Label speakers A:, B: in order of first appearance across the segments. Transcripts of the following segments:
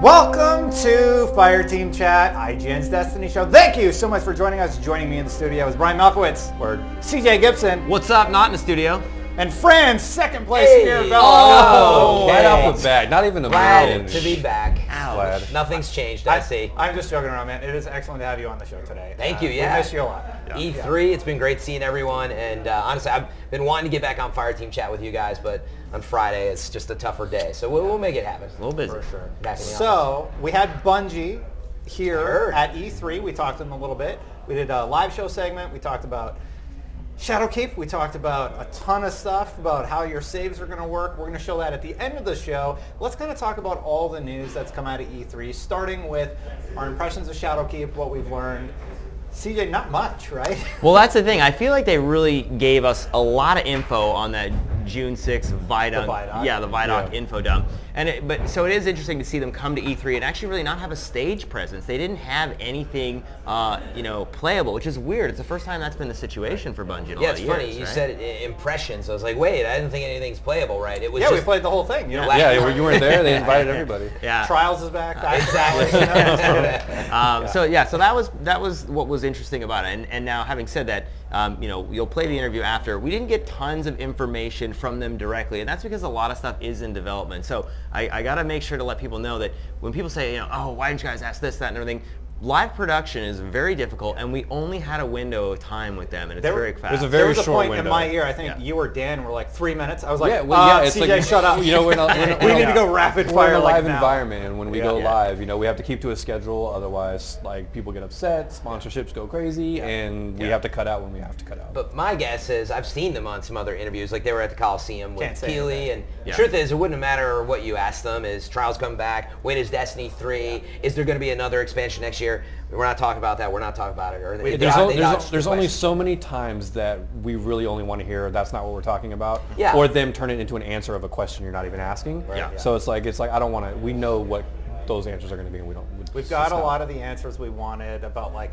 A: Welcome to Fire Team Chat, IGN's Destiny Show. Thank you so much for joining us. Joining me in the studio is Brian Malkowitz,
B: Word.
A: CJ Gibson,
C: What's up? Not in the studio.
A: and Fran's second place here. Bella.
B: Oh,
C: okay.
B: right off the bat. Not even a
C: Glad
B: minute.
C: to be back.
B: Glad.
C: Nothing's changed, I see.
A: I'm just joking around, man. It is excellent to have you on the show today.
C: Oh. Thank you,
A: Uh,
C: yeah.
A: We miss you a lot.
C: E3, E it's been great seeing everyone, and uh, honestly, I've been wanting to get back on Fire Team Chat with you guys, but on Friday, it's just a tougher day, so we'll, we'll make it happen. A little busy.
A: For sure.
C: Back in the
A: So we had Bungie here
C: Sure.
A: at E3. We talked to them a little bit. We did a live show segment. We talked about Shadowkeep. We talked about a ton of stuff about how your saves are going to work. We're going to show that at the end of the show. Let's kind of talk about all the news that's come out of E3, starting with our impressions of Shadowkeep, what we've learned. CJ, not much, right?
D: Well, that's the thing. I feel like they really gave us a lot of info on that June 6th Vidoc.
A: The Vidoc.
D: Yeah, the
A: Yeah.
D: Vidoc info dump. And it, but so it is interesting to see them come to E3 and actually really not have a stage presence. They didn't have anything, uh, you know, playable, which is weird. It's the first time that's been the situation for Bungie. In a
C: Yeah,
D: lot
C: it's
D: of
C: funny.
D: years,
C: you
D: right?
C: said i- impressions. I was like, wait, I didn't think anything's playable, right? It was
A: yeah, we
C: just
A: played the whole thing. You know,
C: Yeah.
B: Yeah, you were- you weren't there. They invited everybody.
D: Yeah.
A: Trials is back.
C: Exactly.
D: Um, So yeah, so that was that was what was interesting about it. And, and now, having said that, um, you know, you'll play the interview after. We didn't get tons of information from them directly, and that's because a lot of stuff is in development. So I, I got to make sure to let people know that when people say, you know, oh, why didn't you guys ask this, that, and everything. Live production is very difficult, and we only had a window of time with them, and it's
A: There-
D: very fast.
B: there's a
A: there
B: Very
A: was a
B: short
A: point in
B: window.
A: my ear. I think
D: Yeah.
A: you or Dan were like three minutes. I was like,
B: Yeah, well, yeah,
A: "Uh,
B: it's
A: CJ,
B: like,
A: shut up.
B: You know, we're not, we're not-
A: We
B: we're
A: need
B: not-
A: to go rapid
B: we're
A: fire
B: in a
A: like
B: live
A: now.
B: environment, and when we
A: Yeah.
B: go
D: Yeah.
B: live, you know, we have to keep to a schedule. Otherwise, like people get upset, sponsorships go crazy, and we
D: Yeah.
B: have to cut out when we have to cut out.
C: But my guess is I've seen them on some other interviews, like they were at the Coliseum
A: Can't
C: with
A: say
C: Keeley, and the
D: Yeah.
C: truth is it wouldn't matter what you asked them. Is Trials come back? When is Destiny three? Is there going to be another expansion next year? We're not talking about that. We're not talking about it. Or they,
B: there's
C: they-
B: o-
C: they
B: there's,
C: dodged the
B: there's only
C: question.
B: so many times that we really only want to hear that's not what we're talking about,
C: Yeah.
B: or them turn it into an answer of a question you're not even asking.
C: Right, Yeah.
B: So it's like it's like I don't want to. We know what those answers are going to be, and we don't.
A: We've got a lot of the answers we wanted about like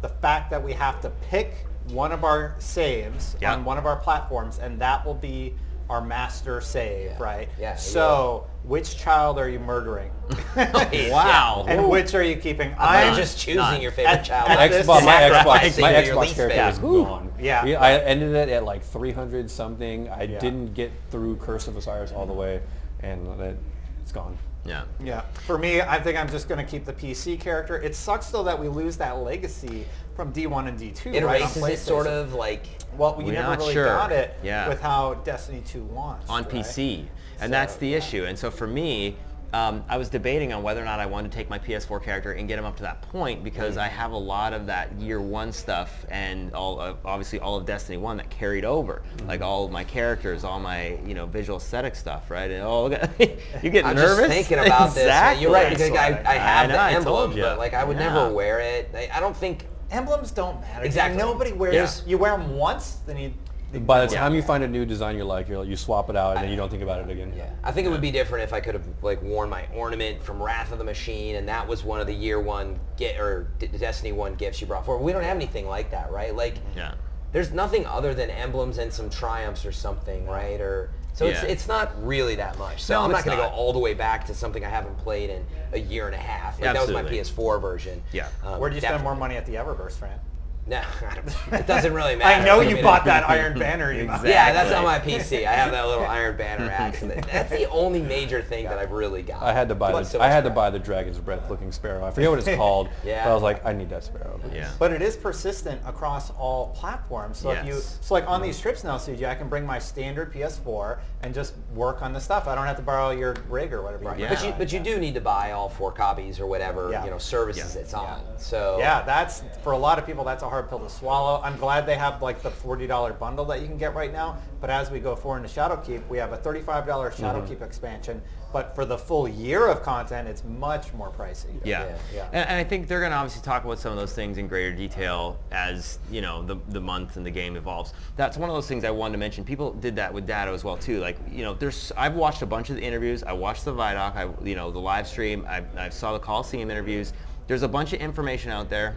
A: the fact that we have to pick one of our saves
D: Yeah.
A: on one of our platforms, and that will be our master save,
C: Yeah.
A: right?
C: Yeah,
A: So, which child are you murdering?
D: wow.
A: and which are you keeping?
C: I'm
A: I'm
C: just choosing
D: None.
C: your favorite
A: At-
C: child.
A: at
C: Like,
A: this
B: Xbox, my
C: sacrificing
B: Xbox, my
C: your least
B: Xbox character
C: favorite.
B: is gone.
A: Yeah.
B: We- I ended it at like 300 something. I
A: Yeah.
B: didn't get through Curse of Osiris all the way, and it, it's gone.
D: yeah.
A: Yeah. For me, I think I'm just going to keep the PC character. It sucks though that we lose that legacy from D1 and D2.
C: It
A: right, on
C: erases it sort
A: PlayStation.
C: of like.
A: Well, you
D: We're
A: never
D: not
A: really
D: sure.
A: got it
D: Yeah.
A: with how Destiny 2 launched.
D: on
A: right?
D: PC, and that's the issue. And so for me, um, I was debating on whether or not I wanted to take my PS4 character and get him up to that point because
C: Mm-hmm.
D: I have a lot of that year one stuff and all of, obviously all of Destiny One that carried over,
C: Mm-hmm.
D: like all of my characters, all my you know visual aesthetic stuff, right? And oh, look at- you get
C: I'm
D: nervous
C: just thinking about this. man. You're right.
D: Exactly.
C: Because I, I have
D: know,
C: the
D: I
C: emblem,
D: told you.
C: but like I would
D: Yeah.
C: never wear it. I, I don't think.
A: Emblems don't matter.
C: Exactly.
A: Nobody wears.
D: Yeah.
A: You wear them once, then you. then
B: By the
D: Yeah.
B: time you find a new design you like, you're, you swap it out, and then you don't think about it again.
C: Yeah, I think it would be different if I could have like worn my ornament from Wrath of the Machine, and that was one of the year one get or D- Destiny one gifts you brought forward. We don't have anything like that, right? Like,
D: Yeah.
C: there's nothing other than emblems and some triumphs or something, right? Or so it's
D: Yeah.
C: it's not really that much. So
D: No,
C: I'm not
D: it's
C: going to go
D: not.
C: all the way back to something I haven't played in a year and a half. Like, that was my
D: Absolutely.
C: PS4 version.
D: Yeah.
C: Um,
A: Where do you spend more
C: definitely-
A: money at the Eververse, Fran?
C: No, it doesn't really matter.
A: I know you
C: mean,
A: bought that Iron Banner. You
D: Exactly.
C: Yeah, that's on my PC. I have that little Iron Banner axe. and That's the only major thing that I've really got.
B: I had to buy
C: But
B: the
C: so
B: I
C: much
B: had to
C: crap.
B: buy the Dragon's Breath looking sparrow. I forget what it's called.
C: Yeah.
B: But I was like, I need that sparrow.
D: Yeah.
A: But it is persistent across all platforms. So if you,
D: Yes.
A: so like on these trips now, CJ, I can bring my standard PS4 and just work on the stuff. I don't have to borrow your rig or whatever.
C: Right.
A: You
C: But you
A: got.
C: but you do need to buy all four copies or whatever
A: Yeah.
C: you know services
D: Yeah.
C: it's on.
D: Oh.
C: So
A: Yeah, that's for a lot of people. That's a hard pill to swallow. I'm glad they have like the forty dollar bundle that you can get right now. But as we go forward into Shadowkeep, we have a thirty-five dollar
D: Mm-hmm.
A: Shadowkeep expansion. But for the full year of content, it's much more pricey.
D: Yeah.
C: Yeah,
A: yeah.
D: And, and I think they're going to obviously talk about some of those things in greater detail as, you know, the, the month and the game evolves. That's one of those things I wanted to mention. People did that with Dado as well, too. Like, you know, there's, I've watched a bunch of the interviews. I watched the Vidoc, I, you know, the live stream. I, I saw the Coliseum interviews. There's a bunch of information out there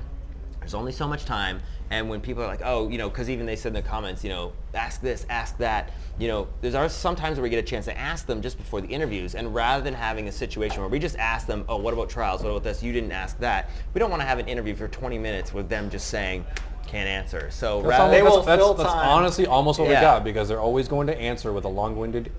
D: There's only so much time, and when people are like, oh, you know, because even they said in the comments, you know, ask this, ask that, you know, there's are sometimes where we get a chance to ask them just before the interviews, and rather than having a situation where we just ask them, oh, what about trials, what about this, you didn't ask that, we don't want to have an interview for 20 minutes with them just saying, can't answer. So
B: That's,
D: rather,
A: They
B: almost-
A: will
B: that's,
A: fill
B: that's
A: time.
B: honestly almost what
D: Yeah.
B: we got because they're always going to answer with a long-winded,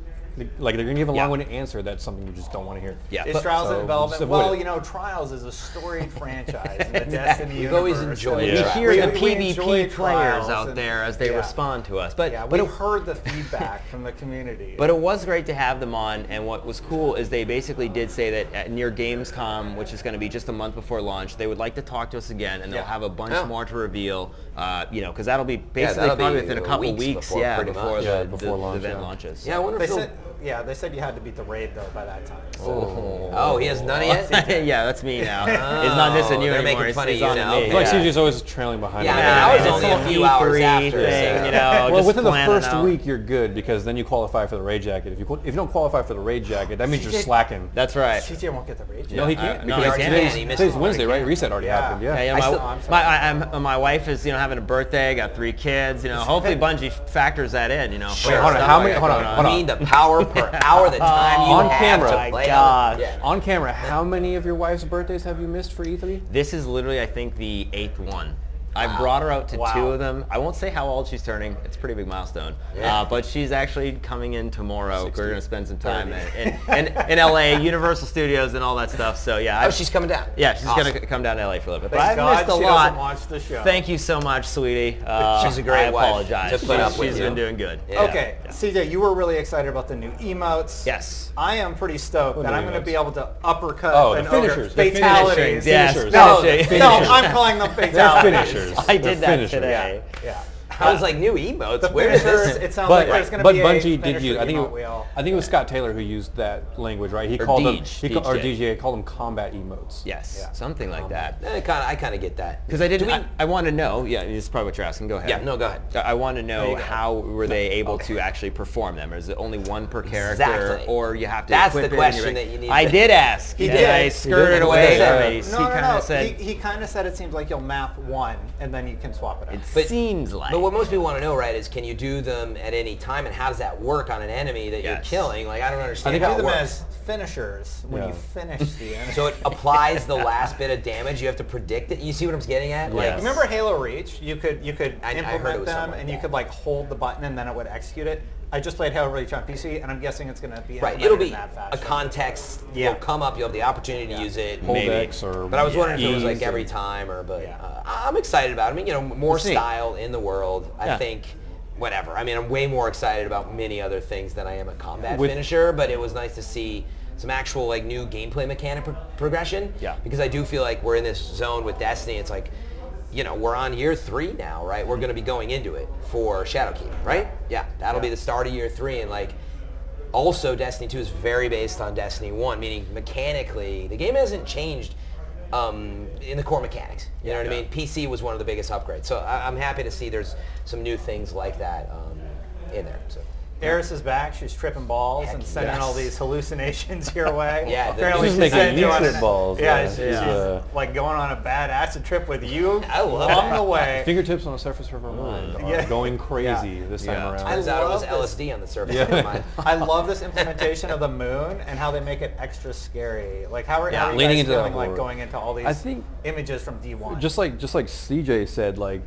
B: like they're going to give a
D: Yeah.
B: long-winded answer that's something you just don't want to hear.
D: Yeah.
A: Is
D: But-
A: Trials
B: so
A: in
B: we'll just
A: development?
B: avoid
A: Well,
B: it.
A: you know, Trials is a storied franchise in the Destiny
C: We've
A: universe.
C: always enjoyed
A: and
B: it.
D: we
B: Yeah.
D: hear the
A: we enjoy
D: PvP players
A: Trials
D: out
A: and-
D: there as they
A: yeah.
D: respond to us. But
A: Yeah,
D: but
A: we
D: it-
A: heard the feedback from the community.
D: But it was great to have them on, and what was cool is they basically did say that at near Gamescom, which is going to be just a month before launch, they would like to talk to us again, and they'll
A: Yeah.
D: have a bunch
C: Yeah.
D: more to reveal. Uh, you know, because that'll be basically
C: that'll
D: probably
C: be
D: within a couple
C: weeks
D: weeks,
C: before,
D: yeah,
C: pretty
D: before,
C: much.
D: the,
B: Yeah,
D: the-
B: before
D: the
B: launch,
D: event
B: yeah.
D: launches.
C: Yeah, I wonder
A: they
C: if they'll-
A: said, yeah, they said you had to beat the raid though by that time. So.
C: Oh, he has none of it. yet.
D: yeah, that's me now. it's not just a new
C: Oh, they're
D: anymore.
C: making
D: it's,
C: fun of
D: it's
C: you
D: on to
C: now.
D: me.
C: It's
B: Like
D: yeah.
B: CJ's always trailing behind.
C: Yeah,
B: me.
C: I mean, I was
D: it's
C: only
D: a
C: a few hours
D: E3
C: after, so-
D: thing, you know,
B: well,
D: just
B: within the
D: planning
B: first
D: out.
B: week, you're good because then you qualify for the raid jacket. If you qual- if you don't qualify for the raid jacket, that means you're
A: CJ
B: slacking.
D: That's right.
A: CJ won't get the raid.
B: no, he
A: yet.
B: can't
D: Uh, no,
B: because
D: he
B: it's
D: can't.
B: today's,
C: He missed
B: today's
C: one.
B: Wednesday,
C: He
B: right?
C: can't.
B: Reset already
A: Yeah.
B: happened. Yeah.
D: Yeah, you know,
A: I
D: my,
A: still- I'm sorry.
D: my, I, I'm, uh, my wife is, you know, having a birthday, got three kids, you know, hopefully Bungie factors that in, you know. for
C: Sure,
B: hold on,
C: stuff
B: how
C: like
B: many-
C: that
B: hold on,
C: going
B: hold
C: I
B: on.
C: mean, the power per hour, the time you
B: On
C: have
B: camera.
C: to
B: My
C: play
D: gosh.
C: on. Yeah.
B: On camera, how many of your wife's birthdays have you missed for E E3?
D: This is literally, I think, the eighth one. I brought her out to
A: Wow.
D: two of them. I won't say how old she's turning. It's a pretty big milestone.
C: Yeah.
D: Uh, but she's actually coming in tomorrow. We're going to spend some time in, in, in, in LA, Universal Studios and all that stuff. So yeah.
C: Oh,
D: I-
C: she's coming down.
D: yeah, she's
C: Awesome.
D: going to come down to LA for a little bit.
A: Thank
D: but I missed a
A: God she
D: lot.
A: doesn't watch the show.
D: Thank you so much, sweetie. Uh,
C: She's a great
D: I
C: wife
D: apologize.
C: to put
D: She's-
C: up with
D: she's
C: you.
D: been doing good.
C: Yeah.
A: Okay, CJ, you were really excited about the new emotes.
D: Yes.
A: I am pretty stoked
B: What
A: that
B: new
A: I'm going to
B: emotes?
A: be able to uppercut
B: Oh, the
A: Uh, an ogre.
B: finishers, the finishing,
A: fatalities.
B: the
D: Yes,
B: finishers.
A: No,
D: finishing.
A: no, I'm calling them
B: They're
A: fatalities.
B: finishers.
D: I did
B: They're
D: that
B: finishers.
D: today.
A: Yeah.
C: I was like, new emotes.
A: The
C: Where is
A: finishers,
C: this?
A: it sounds like
B: But,
A: there's going to
B: but
A: be a
B: Bungie did
A: finisher
B: use. I think
A: emote
B: it,
A: wheel.
B: I think it was Scott Taylor who used that language, right? He called them
D: Deej.
B: he ca-
D: Deej
B: or
D: did.
B: DJ called them combat emotes.
D: Yes,
A: Yeah.
D: something like that.
C: I kind of, Eh, I kind of get that.
D: Because I didn't. I, I want to know. Yeah, this is probably what you're asking. Go ahead.
C: Yeah, no, go ahead.
D: I want to know
A: you go.
D: how were they able to actually perform them? Or is it only one per character,
C: Exactly.
D: or you have to?
C: That's the
D: equip it and
C: question
D: you're-
C: that you need
D: I
C: to-
D: did ask.
A: He
D: and
A: did.
D: I
A: He
D: skirted
B: did.
D: away
B: He did.
D: from it.
B: No,
D: He
A: no,
D: kind
A: no,
D: of
A: no.
D: said.
A: he he kind of said it seems like you'll map one and then you can swap it out.
D: it
C: But-
D: seems like.
C: But what most people want to know, right, is can you do them at any time, and how does that work on an enemy that you're
D: Yes.
C: killing? Like, I don't understand
A: you
C: how
A: do
C: it
A: them
C: works.
A: as finishers when you
B: Yeah.
A: finish the enemy.
C: So it applies the last bit of damage. You have to predict it. You see what I'm getting at? Like,
D: Yes.
A: Remember Halo Reach? You could you could
C: I- I heard it
A: implement
C: was
A: them
C: something
A: and
C: like
A: you
C: that.
A: could like hold the button and then it would execute it. I just played Halo Reach on PC and I'm guessing it's going to be
C: right?
A: implemented
C: It'll
A: in
C: be
A: that
C: a
A: fashion.
C: context.
A: Yeah.
C: will come up. You'll have the opportunity to use it.
B: Hold
D: Maybe.
B: X or
C: But I was wondering if it was like
B: E's
C: every
B: and-
C: time or, but
A: Yeah.
C: uh, I'm excited about. it. I mean, you know, more
D: We'll see.
C: style in the world. I
D: Yeah.
C: think, whatever. I mean, I'm way more excited about many other things than I am a combat
B: With-
C: finisher. But it was nice to see some actual like new gameplay mechanic pro- progression.
D: Yeah.
C: Because I do feel like we're in this zone with Destiny. It's like, you know, we're on year three now, right? We're going to be going into it for Shadowkeep, right? Yeah. That'll be the start of year three, and like also Destiny 2 is very based on Destiny 1, meaning mechanically, the game hasn't changed um, in the core mechanics. You know what I mean? PC was one of the biggest upgrades. So I, I'm happy to see there's some new things like that um, in there. So.
A: Eris is back. She's tripping balls and
C: Heck
A: sending
C: yes.
A: all these hallucinations your way.
C: Yeah, the-
A: apparently
C: She's
A: she
B: making
A: sent you on
B: nuclear
A: an-
B: balls,
A: Yeah,
B: yeah.
A: she's,
B: She's,
A: she's,
B: uh,
A: like going on a bad acid trip with you
C: I love
A: along
C: it.
A: the way.
B: Fingertips on the surface of her mind are
A: Yeah.
B: going crazy this time
D: Yeah.
B: around.
C: I thought it was
A: love this.
C: LSD on the surface of mine.
A: I love this implementation of the moon and how they make it extra scary. Like how are, how
D: Yeah,
A: are you
B: leaning
A: guys
B: into that
A: feeling like
B: horror.
A: going into all these
B: I think-
A: images from D1?
B: just like just like CJ said, like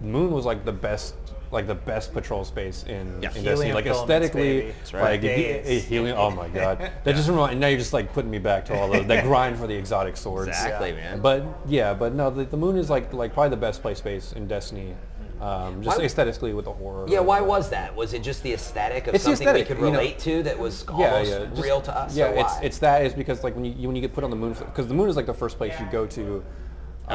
B: Moon was like the best like the best patrol space in,
D: Yeah.
B: in Destiny.
A: Helium
B: Like
A: filaments, baby.
B: aesthetically,
A: That's
D: right.
B: like if you-
A: Days.
B: eh, helium. Oh my god, that just reminds. Now you're just like putting me back to all those that grind for the exotic swords.
D: exactly, man.
B: But yeah, but no, the, the Moon is like like probably the best play space in Destiny, um, just
C: Why-
B: aesthetically with the horror.
C: Yeah,
B: and
C: why
B: all
C: was that? Was it just the aesthetic of
B: It's the
C: something
B: aesthetic,
C: we could
B: you know.
C: relate to that was
B: yeah,
C: almost
B: yeah, just-
C: real to us?
B: Yeah,
C: or
B: it's
C: why?
B: it's that is because like when you you- when you get put on the moon because the moon is like the first place you go to. um,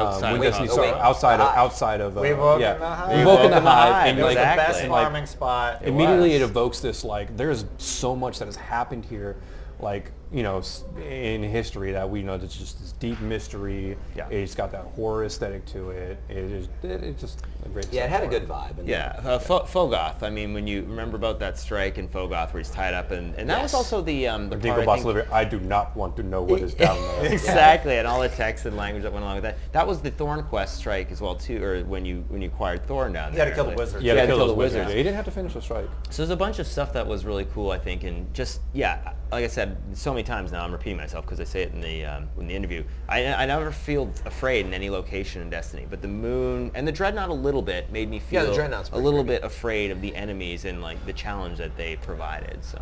D: Outside
B: when
D: of the
B: Destiny
D: hive.
B: started- outside of
C: Hive.
B: outside of uh,
A: We've woken
B: yeah.
A: the hive.
B: We've
A: We've
B: woken
D: woken
B: the
D: the
B: hive
D: hive.
B: and
A: it was
B: like
A: the best
D: Exactly.
A: farming spot. It
B: immediately
A: was.
B: it evokes this like there's so much that has happened here like you know s- in history that we know that's just this deep mystery.
D: Yeah.
B: It's got that horror aesthetic to it. It is it, it's just a great.
C: Yeah, it had a
B: soundtrack.
C: good vibe. And
D: Yeah, uh, Fo- Fogoth. I mean, when you remember about that strike in Fogoth where he's tied up, and, and that was
C: Yes.
D: also the um, the part, I
B: Dingle Boss
D: think-
B: Liver, I do not want to know what is down there.
D: exactly, and all the text and language that went along with that. That was the Thorn Quest strike as well too, or when you when you acquired Thorn down
A: You
D: there.
A: gotta kill the
D: Like-
A: wizard.
D: Yeah,
B: Yeah, to
D: to
B: kill
D: kill
B: those
D: the
B: wizards.
D: wizards.
B: He didn't have to finish the strike.
D: So there's a bunch of stuff that was really cool, I think, and just yeah, like I said so many times now, I'm repeating myself because I say it in the um, in the interview. I, I never feel afraid in any location in Destiny, but the moon and the dreadnought a little bit made me
C: Yeah,
D: feel
C: the Dreadnought's
D: a
C: pretty
D: little bit afraid of the enemies and like the challenge that they provided. So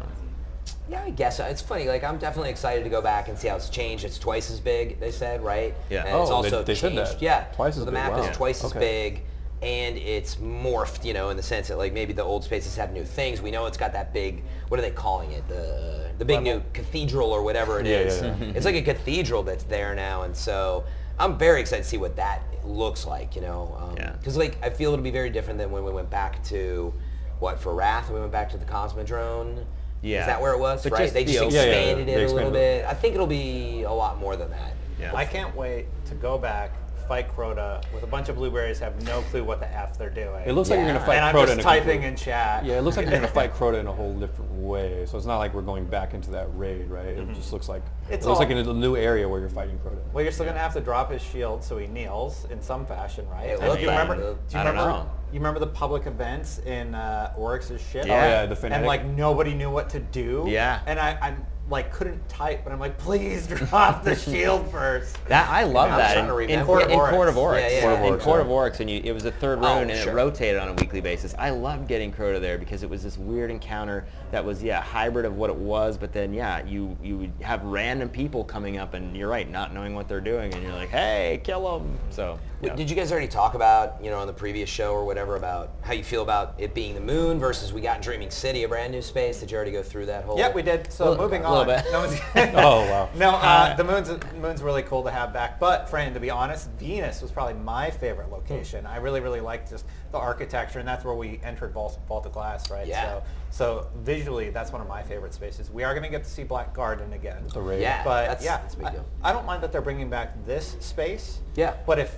C: Yeah, I guess so. it's funny. Like I'm definitely excited to go back and see how it's changed. It's twice as big. They said right.
D: Yeah.
C: And it's
B: Oh, they-
C: also
B: they said
C: changed.
B: that.
C: Yeah.
B: Twice
C: so
B: as
C: the
B: big,
C: map
B: wow.
C: is twice as
B: Okay.
C: big, and it's morphed. You know, in the sense that like maybe the old spaces have new things. We know it's got that big. What are they calling it? The the big new cathedral or whatever it
B: Yeah, yeah,
C: is.
B: yeah.
D: Mm-hmm.
C: It's like a cathedral that's there now, and so I'm very excited to see what that looks like. You know. Um,
D: Yeah.
C: Because like I feel it'll be very different than when we went back to what for Wrath. We went back to the Cosmodrome.
D: Yeah.
C: Is that where it was?
D: But
C: right.
D: just
C: they
D: the
C: just
D: open- Yeah,
B: yeah,
C: expanded
B: they
C: it a little
B: expanded
C: bit. I think it'll be a lot more than that.
D: yeah,
A: I can't wait to go back, fight Crota with a bunch of blueberries, have no clue what the F they're doing.
B: It looks like you're
C: Yeah.
B: gonna fight
A: and I'm
B: Crota
A: just
B: in a
A: typing
B: complete-
A: in chat.
B: Yeah, it looks like you're gonna fight Crota in a whole different way. So it's not like we're going back into that raid, right? It just looks like
A: Mm-hmm. It's
B: it looks
A: all-
B: like in a new area where you're fighting Crota.
A: Well, you're still gonna have to drop his shield so he kneels in some fashion, right?
C: It
A: And
C: looked
A: you
C: like
A: remember?
C: it.
A: Do you
D: I don't
A: remember?
D: know.
A: You remember the public events in uh, Oryx's ship?
D: Yeah. Oh, yeah, the
A: And
B: fanatic.
A: like nobody knew what to do.
D: Yeah.
A: And I, I'm like couldn't type, but I'm like, please drop the shield first.
D: That I love
C: I'm
D: that
C: trying to
D: in, in,
C: remember.
D: Court, in Court of Oryx.
C: Yeah, yeah. Court of
D: in
B: Oryx,
D: Court
B: yeah.
D: of Oryx, and you, it was a third
C: Oh,
D: rune, and
C: sure.
D: it rotated on a weekly basis. I loved getting Crota there because it was this weird encounter that was yeah a hybrid of what it was, but then yeah you you would have random people coming up, and you're right, not knowing what they're doing, and you're like, hey, kill them. So
C: W
D: yeah.
C: Did you guys already talk about you know on the previous show or whatever about how you feel about it being the moon versus we got Dreaming City, a brand new space? Did you already go through that whole?
A: Yep, we did. So
D: Little-
A: moving
D: little
A: on.
D: bit.
A: No, one's-
B: Oh, wow.
A: No, uh, the moon's moon's really cool to have back. But Fran, to be honest, Venus was probably my favorite location. I really really liked just the architecture, and that's where we entered Vault, Vault of Glass, right?
C: Yeah.
A: So so visually, that's one of my favorite spaces. We are going to get to see Black Garden again.
B: The raid.
C: Yeah.
A: But
C: that's,
A: yeah,
C: that's a big deal.
A: I, I don't mind that they're bringing back this space.
C: Yeah.
A: But if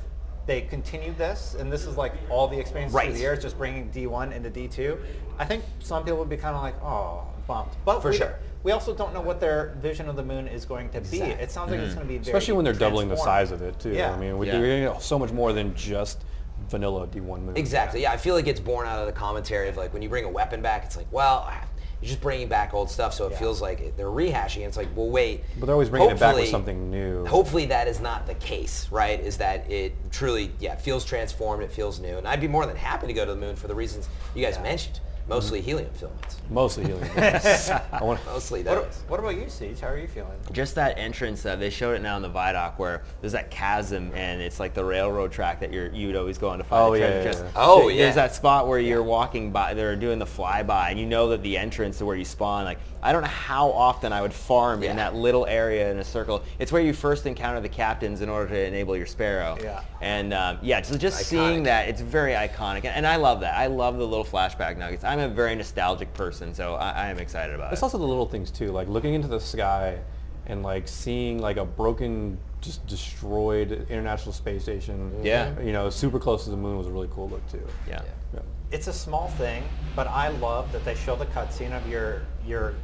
A: they continue this, and this is like all the experiences through
C: Right.
A: the years, just bringing D1 into D2, I think some people would be kind of like, oh, bumped. But
C: For
A: we,
C: sure.
A: we also don't know what their vision of the moon is going to be.
C: Exactly.
A: It sounds like it's going to be very
B: Especially when they're doubling the size of it too.
A: Yeah.
B: I mean, we,
D: Yeah.
B: are getting so much more than just vanilla D1 moves.
C: Exactly. Yeah, I feel like it's born out of the commentary of like when you bring a weapon back, it's like, well, ah, you're just bringing back old stuff, so it
A: Yeah.
C: feels like it- they're rehashing. It's like, well, wait.
B: But they're always bringing it back with
C: Hopefully-
B: something new.
C: Hopefully that is not the case, right? Is that it truly, yeah, it feels transformed, it feels new, and I'd be more than happy to go to the moon for the reasons you guys mentioned, mostly helium filaments,
B: Mostly healing. I want
C: mostly
A: What,
C: those.
A: what about you, Siege? How are you feeling?
D: just that entrance uh, they showed it now in the viaduct where there's that chasm and it's like the railroad track that you're you'd always go on to find
B: Oh,
D: the treasure
B: yeah, yeah,
D: chest.
B: yeah.
C: Oh,
D: There-
C: yeah.
D: there's that spot where you're walking by they're doing the flyby and you know that the entrance to where you spawn like i don't know how often i would farm
C: Yeah.
D: in that little area in a circle it's where you first encounter the captains in order to enable your sparrow
A: Yeah.
D: and um, yeah so just
C: Iconic.
D: seeing that it's very iconic and, and i love that i love the little flashback nuggets i'm a very nostalgic person so i, I am excited about
B: It's
D: it
B: also the little things too, like looking into the sky and like seeing like a broken, just destroyed International Space Station.
D: Yeah.
B: You know, super close to the moon was a really cool look too.
D: yeah.
C: Yeah.
B: Yeah.
A: It's a small thing, but I love that they show the cutscene of your your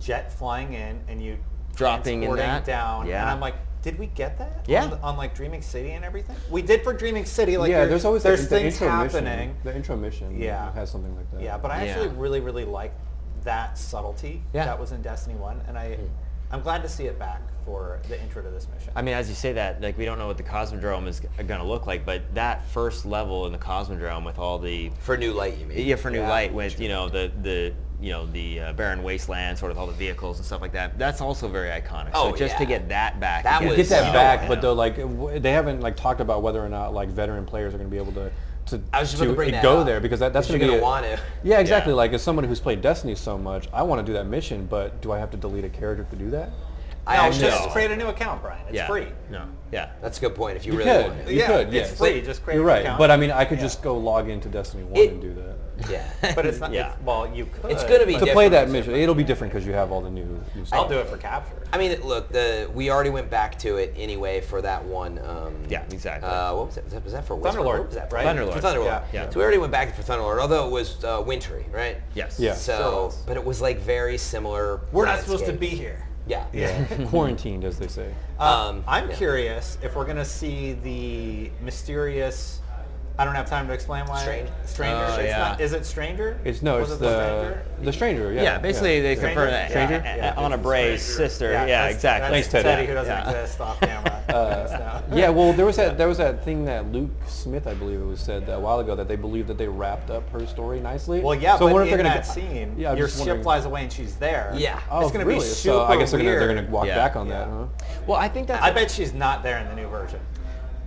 A: jet flying in and you
D: Dropping in
A: transporting
D: that?
A: down.
D: Yeah.
A: And I'm like, did we get that?
D: Yeah.
A: On, the- on, like Dreaming City and everything. We did for Dreaming City. Like
B: yeah,
A: you're-
B: there's always the-
A: there's
B: the,
A: things
B: intro mission.
A: happening.
B: The intro mission.
A: Yeah.
B: has something like that.
A: Yeah, but I
D: Yeah.
A: actually really, really like that subtlety
D: Yeah.
A: that was in Destiny One, and I, I'm glad to see it back for the intro to this mission.
D: I mean, as you say that, like we don't know what the Cosmodrome is going to look like, but that first level in the Cosmodrome with all the
C: For new light, you mean?
D: yeah for new
A: Yeah,
D: light with you know the the you know the uh, barren wasteland, sort of all the vehicles and stuff like that. That's also very iconic.
C: Oh,
D: so just to
C: yeah.
D: get that back,
C: That
D: again,
C: was-
B: get that uh,
C: Yeah.
B: back,
D: Yeah.
B: but though like w- they haven't like talked about whether or not like veteran players are going to be able to to,
C: I was just about to bring that
B: go
C: up.
B: there because that, that's
C: 'Cause you're
B: going to be
C: gonna
B: a-
C: want to.
B: Yeah, exactly.
D: Yeah.
B: Like as someone who's played Destiny so much, I want to do that mission, but do I have to delete a character to do that?
C: I
A: no,
C: actually,
A: just
D: No.
A: create a new account, Brian. It's
D: yeah.
A: free.
D: No, yeah.
C: that's a good point. If you,
B: You
C: really
B: could.
C: want to.
B: You
A: yeah,
B: could,
A: it's
B: yes.
A: free. Just create.
B: You're
A: an
B: right,
A: account.
B: but I mean, I could
A: Yeah.
B: just go log into Destiny One
C: It-
B: and do that.
C: Yeah.
A: But it's not.
D: Yeah.
A: It's, well, you could.
C: It's gonna be
A: but
B: to play
C: different,
B: that
C: it's
B: mission, it'll be different because you have all the new, new stuff.
A: I'll do it for capture.
C: I mean, look, the we already went back to it anyway for that one. Um,
D: Yeah, exactly.
C: Uh, what was that? Was that, was that for Whisper?
A: Thunderlord,
C: What was that for?
A: right?
D: Thunderlord.
C: For Thunderlord.
A: Yeah.
C: Yeah.
D: Yeah.
C: So we already went back for Thunderlord, although it was uh, wintry, right?
D: Yes.
B: Yeah.
C: So, but it was like very similar.
A: We're not supposed to be
C: landscape.
A: here.
C: Yeah.
A: Yeah.
B: Quarantined, as they say.
A: Uh,
C: Um,
A: I'm
C: yeah.
A: curious if we're gonna see the mysterious. I don't have time to explain why.
C: Strange-
A: Stranger.
D: Oh,
A: it's
D: yeah.
A: not, is it stranger?
B: It's no,
A: Was
B: it's
A: it
B: the the stranger. yeah,
D: Yeah, basically they
A: Stranger?
D: confirm that
A: Stranger?
D: uh, uh,
A: Yeah.
D: Anna Bray's sister. Yeah,
A: that's-
D: exactly.
A: That's
B: Thanks, Teddy. Uh,
A: who doesn't
D: Yeah.
A: exist off camera. So-
B: yeah, well, there was that there was that thing that Luke Smith, I believe it was said a while ago, that they believed that they wrapped up her story nicely.
A: Well, yeah,
B: so I
A: but
B: wonder
A: in
B: if they're
A: that
B: gonna,
A: scene,
B: yeah, I'm
A: your
B: just
A: ship
B: wondering-
A: flies away and she's there.
C: Yeah.
B: Oh,
A: it's gonna
B: really?
A: be super
B: so I guess they're gonna they're
A: weird.
B: gonna walk
D: Yeah.
B: back on that,
C: Yeah.
B: huh?
D: Well, I think that's
A: I bet she's not there in the new version.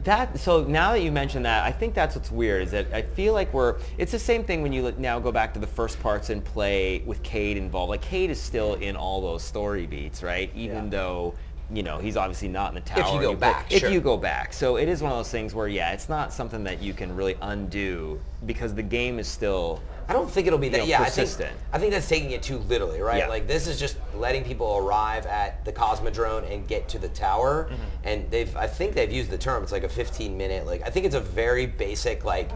D: That so now that you mention that, I think that's what's weird is that I feel like we're. It's the same thing when you look- now go back to the first parts and play with Cade involved. Like Cade is still in all those story beats, right? Even
A: Yeah.
D: though you know he's obviously not in the tower.
C: you
D: and
C: go
D: play-
C: back,
D: if
C: sure.
D: you go back, so it is one of those things where yeah, it's not something that you can really undo because the game is still.
C: I don't think it'll be that.
D: know,
C: yeah, I
D: persistent.
C: think I think that's taking it too literally, right?
D: Yeah.
C: Like this is just letting people arrive at the Cosmodrome and get to the tower,
D: Mm-hmm.
C: and they've I think they've used the term. It's like a 15 minute. Like I think it's a very basic like.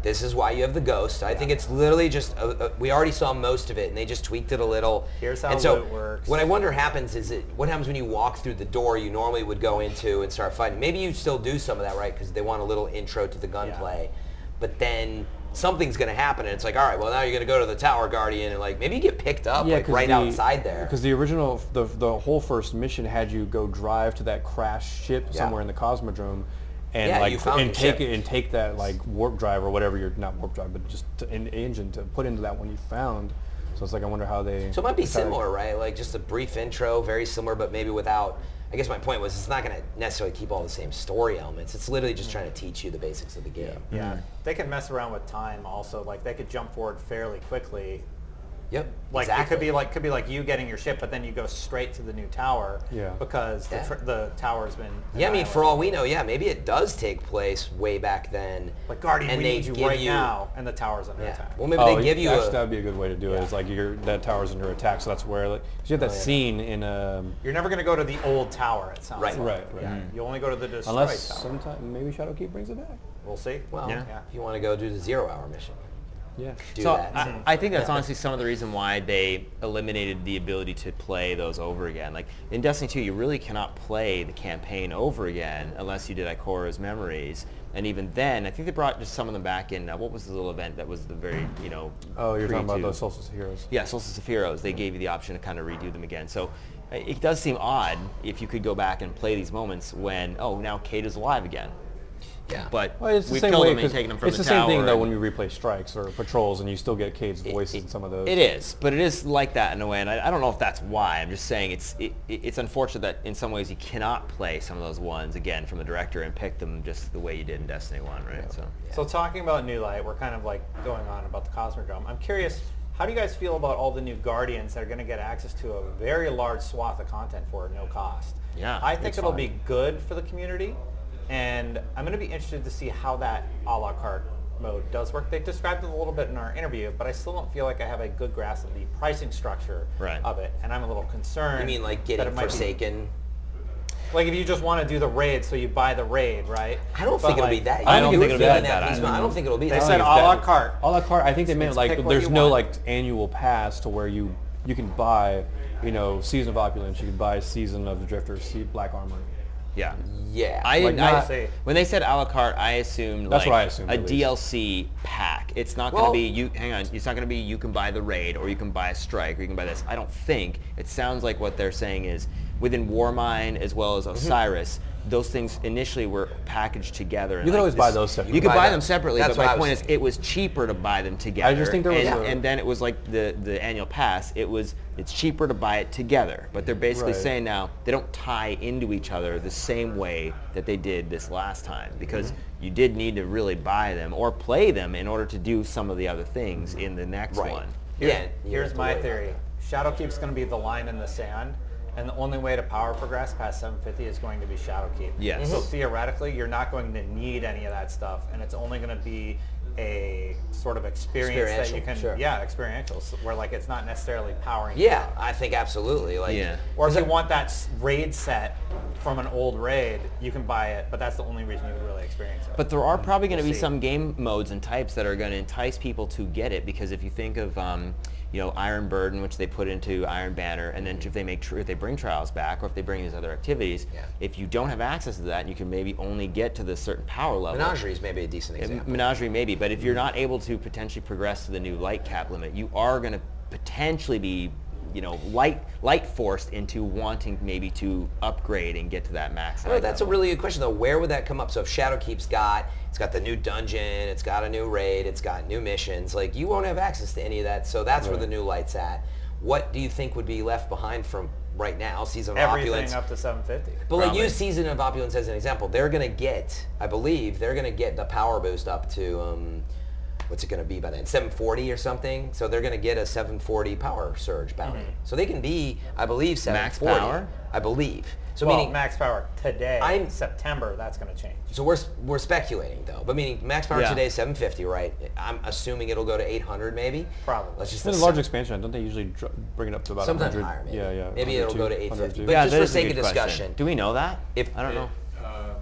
C: This is why you have the ghost. I think it's literally just a, a, we already saw most of it, and they just tweaked it a little.
A: Here's how
C: and so
A: loot works.
C: What I wonder happens is it what happens when you walk through the door you normally would go into and start fighting. Maybe you still do some of that, right? Because they want a little intro to the gunplay but then something's going to happen and it's like all right well now you're going to go to the tower guardian and like maybe you get picked up Uh, like right outside there
B: Because the original, the, the whole first mission had you go drive to that crashed ship
C: Yeah.
B: somewhere in the Cosmodrome, and
C: Yeah,
B: like
C: you found
B: and
C: the
B: take
C: ship.
B: it and take that like warp drive or whatever you're not warp drive, but just to, an engine to put into that one you found. So it's like I wonder how they.
C: so it might be
B: decided-
C: similar right like just a brief intro very similar but maybe without i guess my point was it's not going to necessarily keep all the same story elements it's literally just trying to teach you the basics of the game
A: Mm.
B: Hmm.
A: Yeah, they can mess around with time also. Like they could jump forward fairly quickly.
C: yep
A: Like
C: exactly.
A: it could be like could be like you getting your ship, but then you go straight to the new tower.
B: Yeah.
A: Because
C: Yeah.
A: The, tr- the tower has been.
C: yeah i mean for
A: annihilated.
C: all we know yeah maybe it does take place way back then
A: like Guardian,
C: and
A: we
C: they
A: need you
C: give
A: right
C: you-
A: now, and the tower's under
C: yeah.
A: attack.
C: well maybe
B: Oh,
C: they give you
B: actually,
C: a,
B: that would be a good way to do it. It's like you're, that tower's under attack, so that's where like 'cause you
C: Oh,
B: have that scene in um,
A: You're never going to go to the old tower. It sounds
C: Right. Mm-hmm.
A: Like.
B: right, right.
A: You only go to the destroyed
B: Unless
A: tower.
B: sometime maybe Shadowkeep brings it back.
A: We'll see.
C: well
D: Yeah.
C: if you want to go do the zero hour mission
B: Yeah.
C: do
D: so
C: that
B: Mm-hmm.
D: I, I think that's honestly some of the reason why they eliminated the ability to play those over again. Like in Destiny 2, you really cannot play the campaign over again unless you did Ikora's memories. And even then, I think they brought just some of them back in. Uh, what was the little event that was the very, you know?
B: Oh, you're talking about
D: pre-two?
B: those Solstice heroes.
D: Yeah, Solstice of Heroes. They gave you the option to kind of redo them again. So uh, it does seem odd if you could go back and play these moments when, oh, now Kate is alive again.
C: yeah
D: But
B: Well, it's the
D: we've
B: same
D: killed
B: way
D: him and
B: 'cause
D: taken him from
B: it's
D: the,
B: the, same
D: tower
B: thing though
D: and-
B: when you replay strikes or patrols and you still get Cade's voice in some of those.
D: It is, but it is like that in a way, and I, I don't know if that's why. I'm just saying it's it, it- it's unfortunate that in some ways you cannot play some of those ones again from the director and pick them just the way you did in Destiny One, right? So
A: So talking about New Light, we're kind of like going on about the Cosmodrome. I'm curious, how do you guys feel about all the new Guardians that are going to get access to a very large swath of content for no cost?
D: Yeah,
A: I think
D: it's
A: it'll
D: fine.
A: be good for the community, and I'm going to be interested to see how that a la carte mode does work. They described it a little bit in our interview, but I still don't feel like I have a good grasp of the pricing structure
D: Right.
A: of it, and I'm a little concerned.
C: I mean, like
A: that
C: getting
A: it might be-
C: Forsaken.
A: like if you just want to do the raid, so you buy the raid, right?
C: I don't
A: But,
C: think it'll be
A: like,
C: that.
B: I don't
C: You were
B: think it'll be
C: feeling
B: that bad.
C: piece, but I don't think it'll be
A: They
C: that.
A: said
B: It's
A: a la
B: that-
A: carte.
B: A la carte. I think they meant
A: It's pick
B: like
A: what
B: there's
A: you
B: no
A: want.
B: like annual pass to where you you can buy, you know, season of opulence. You can buy season of the drifter, see black armor.
D: yeah,
C: yeah.
D: I,
B: Like,
D: I-
B: not-
D: when they said a la carte, I assumed
B: That's
D: like
B: what I assumed,
D: a
B: at least.
D: DLC pack. It's not
C: Well-
D: going to be you. Hang on, it's not going to be you can buy the raid or you can buy a strike or you can buy this. I don't think it sounds like what they're saying is within Warmind as well as
B: Mhm.
D: Osiris. Those things initially were packaged together. and,
B: You
D: like,
B: can always buy
D: this-
B: those separately.
D: You could
C: Buy
D: buy
C: them.
D: them separately,
C: That's
D: but
C: what I
D: my
C: was
D: point is,
C: thinking.
D: it was cheaper to buy them together.
B: think there was
D: and,
B: a-
D: and then it was like the the annual pass. It was it's cheaper to buy it together, but they're basically
B: Right.
D: saying saying now they don't tie into each other the same way that they did this last time because you did need to really buy them or play them in order to do some of the other things in the next
C: Right.
D: one.
C: Yeah. you
A: Here's
C: have to
A: my
C: worry about
A: theory. Shadowkeep's going to be the line in the sand, and the only way to power progress past 750 is going to be Shadowkeep.
D: Yes.
A: So
C: Mm-hmm.
D: Mhm.
A: theoretically, you're not going to need any of that stuff, and it's only going to be a sort of experience that you
C: Experiential,
A: can,
C: sure.
A: yeah, experiential, so where like it's not necessarily powering. you
C: Yeah,
A: up.
C: I think absolutely. Like,
D: Yeah.
A: Or if you want that s- raid set from an old raid, you can buy it, but that's the only reason you would really experience it.
D: But there are probably going to
A: We'll
D: be
A: see.
D: some game modes and types that are going to entice people to get it because if you think of, um, you know, Iron Burden, which they put into Iron Banner, and then if they make tr- if they bring trials back or if they bring these other activities,
C: Yeah.
D: if you don't have access to that, you can maybe only get to this certain power level.
C: Menagerie Mm-hmm. is maybe a decent
D: Yeah,
C: example.
D: Menagerie maybe, but if you're not able to potentially progress to the new light cap limit, you are going to potentially be, you know, light light forced into wanting maybe to upgrade and get to that max.
C: I don't
D: light
C: know, that's a
D: level.
C: really good question though. Where would that come up? So if Shadowkeep's got, it's got the new dungeon, it's got a new raid, it's got new missions. Like you won't have access to any of that. So that's where the new light's at. What do you think would be left behind from right now? Season of
A: everything
C: Opulence.
A: up to 750.
C: But like
D: Probably.
C: use season of opulence as an example. They're gonna get, I believe, they're gonna get the power boost up to um, what's it gonna be by then? 740 or something. So they're gonna get a 740 power surge bounty.
A: Mm-hmm.
C: So they can be, I believe, 740.
D: power?
C: I believe. So
A: well,
C: meaning,
A: max power today,
C: I'm-
A: September, that's going to change.
C: so we're s- we're speculating though. But meaning max power
D: Yeah.
C: today is 750, right? I'm assuming it'll go to 800 maybe.
A: Probably.
C: Let's just
B: It's been a large
C: assume-
B: expansion. Don't they usually dr- bring it up to about
C: Sometimes
B: 100?
C: higher, maybe.
B: Yeah, yeah.
C: Maybe it'll go to
B: 102,
C: 850,
B: 102.
C: but- just
D: that
C: for
D: is a
C: sake of
D: good question.
C: discussion.
D: Do we know that?
C: If-
D: I don't know.
E: Uh,